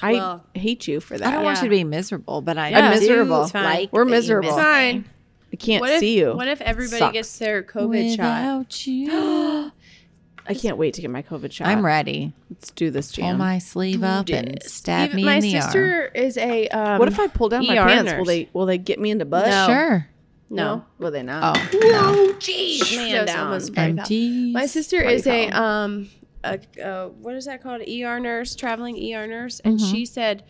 Speaker 2: I
Speaker 4: Well,
Speaker 2: hate you for that.
Speaker 3: I don't want
Speaker 4: Yeah.
Speaker 3: you to be miserable, but I
Speaker 2: I'm
Speaker 3: do
Speaker 2: miserable.
Speaker 3: like that
Speaker 2: We're
Speaker 3: you miss
Speaker 2: miserable.
Speaker 3: me.
Speaker 4: Fine.
Speaker 2: I can't
Speaker 4: What if,
Speaker 2: see you.
Speaker 4: What if everybody
Speaker 2: Sucks.
Speaker 4: gets their COVID shot?
Speaker 3: Without you.
Speaker 2: I can't wait to get my COVID shot.
Speaker 3: I'm ready.
Speaker 2: Let's do this,
Speaker 3: Pull
Speaker 2: Jam.
Speaker 3: my sleeve up and stab
Speaker 4: Even-
Speaker 3: me
Speaker 4: my
Speaker 3: in the arm.
Speaker 4: sister is a. Um,
Speaker 2: what if I pull down my
Speaker 4: ER
Speaker 2: pants? Will
Speaker 4: nurse.
Speaker 2: they will they get me in the butt?
Speaker 4: No.
Speaker 3: Sure.
Speaker 4: No.
Speaker 2: Will they not?
Speaker 3: Oh. no.
Speaker 4: Jeez.
Speaker 2: Man
Speaker 4: That was
Speaker 2: down.
Speaker 4: almost a party foul.
Speaker 3: Empty.
Speaker 4: My sister
Speaker 2: Party
Speaker 4: is a
Speaker 2: foul.
Speaker 4: um a, uh what is that called? ER nurse, traveling ER nurse, and
Speaker 2: Mm-hmm.
Speaker 3: Mhm.
Speaker 4: she said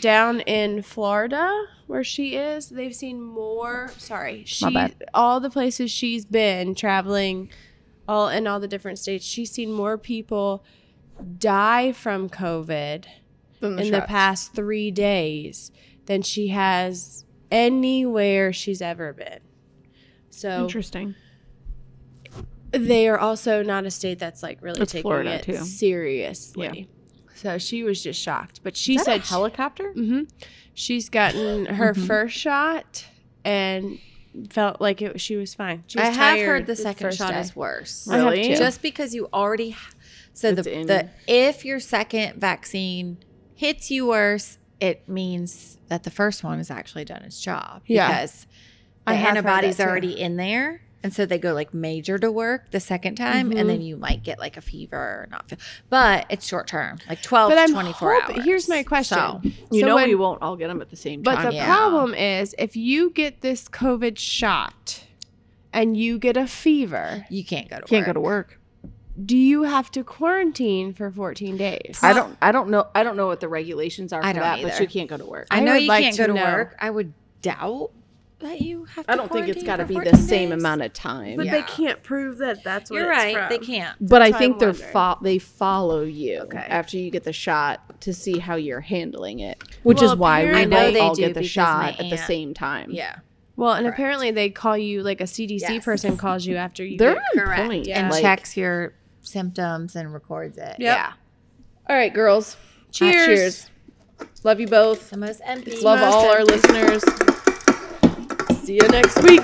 Speaker 4: down in Florida where she is, they've seen more. Sorry, she
Speaker 2: bad.
Speaker 4: all the places she's been traveling, all in all the different states, she's seen more people die from COVID in the past three days than she has anywhere she's ever been. So
Speaker 2: Interesting.
Speaker 4: they are also not a state that's like really
Speaker 2: It's
Speaker 4: taking
Speaker 2: Florida,
Speaker 4: it
Speaker 2: too.
Speaker 4: seriously. So she was just shocked, but she
Speaker 2: Is that
Speaker 4: said
Speaker 2: a Mm-hmm. helicopter?
Speaker 4: hmm she's gotten her first shot and felt like it, she was fine. She was
Speaker 3: I have
Speaker 4: tired
Speaker 3: heard the second
Speaker 4: first
Speaker 3: shot
Speaker 4: day.
Speaker 3: is worse.
Speaker 4: I have
Speaker 2: Really?
Speaker 4: two.
Speaker 3: Just because you already ha- so the,
Speaker 2: It's in-
Speaker 3: the if your second vaccine hits you worse, it means that the first one has actually done its job
Speaker 4: Yeah.
Speaker 3: because the
Speaker 4: I have heard
Speaker 3: antibodies
Speaker 4: that,
Speaker 3: are
Speaker 4: too.
Speaker 3: already in there. And so they go like major to work the second time, and
Speaker 4: Mm-hmm.
Speaker 3: then you might get like a fever or not feel, but it's short term, like 12
Speaker 4: But
Speaker 3: to
Speaker 4: I'm
Speaker 3: 24
Speaker 4: hoping-
Speaker 3: hours.
Speaker 4: here's my question.
Speaker 3: So,
Speaker 2: You
Speaker 4: So
Speaker 2: know
Speaker 4: when-
Speaker 2: we won't all get them at the same
Speaker 4: But
Speaker 2: time.
Speaker 4: the
Speaker 3: Yeah.
Speaker 4: problem is if you get this COVID shot and you get a fever,
Speaker 3: you can't go to
Speaker 2: can't
Speaker 3: work.
Speaker 2: go to work.
Speaker 4: do you have to quarantine for 14 days?
Speaker 2: I don't. I don't know. I don't know what the regulations are for
Speaker 3: I don't
Speaker 2: that, but
Speaker 3: either.
Speaker 2: you can't go to work.
Speaker 3: I
Speaker 4: I
Speaker 3: know
Speaker 4: would
Speaker 3: you
Speaker 4: like
Speaker 3: can't
Speaker 4: to
Speaker 3: go to
Speaker 4: know.
Speaker 3: work. I would doubt that you have to
Speaker 2: I don't think it's got to be the same amount of time.
Speaker 4: But
Speaker 2: But,
Speaker 3: Yeah.
Speaker 4: they can't prove that that's what
Speaker 3: You're
Speaker 4: it's
Speaker 3: right. They
Speaker 4: from.
Speaker 3: can't.
Speaker 2: I
Speaker 4: what I'm
Speaker 2: think they're
Speaker 4: wondering.
Speaker 2: fo- they follow you
Speaker 4: Okay.
Speaker 2: after you get the shot to see how you're handling it, which
Speaker 4: Well,
Speaker 2: is why we
Speaker 4: apparently- I know
Speaker 2: might
Speaker 3: they
Speaker 2: all
Speaker 3: do
Speaker 2: get the
Speaker 3: because
Speaker 2: shot
Speaker 3: my
Speaker 2: at the
Speaker 3: aunt-
Speaker 2: same time.
Speaker 3: Yeah.
Speaker 4: Well, and
Speaker 3: Correct.
Speaker 4: apparently they call you like a CDC
Speaker 3: Yes.
Speaker 4: person calls you after you.
Speaker 2: they're
Speaker 4: get-
Speaker 2: on
Speaker 3: Correct.
Speaker 2: point.
Speaker 4: Yeah.
Speaker 3: and
Speaker 2: like-
Speaker 3: checks your symptoms and records it. Yeah.
Speaker 2: All right, girls.
Speaker 4: Cheers.
Speaker 2: Love you both.
Speaker 3: The most empty.
Speaker 2: Love all our listeners. See you next week.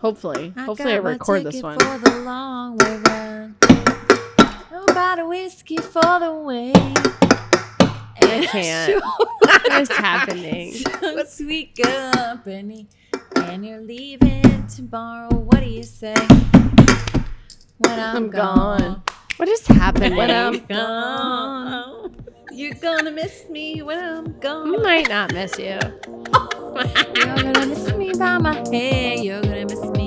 Speaker 2: Hopefully, hopefully I record this one.
Speaker 3: For the long way round. Oh, bought a whiskey for the way. I
Speaker 4: can't. what is happening?
Speaker 3: With sweet company. And you're leaving tomorrow. What do you say? When I'm,
Speaker 2: I'm gone.
Speaker 4: What is happening?
Speaker 2: When um, I'm Oh.
Speaker 3: gone. You're gonna miss me when I'm
Speaker 4: I
Speaker 3: gone.
Speaker 4: might not miss you.
Speaker 3: You're gonna miss me by my hair. You're gonna miss me.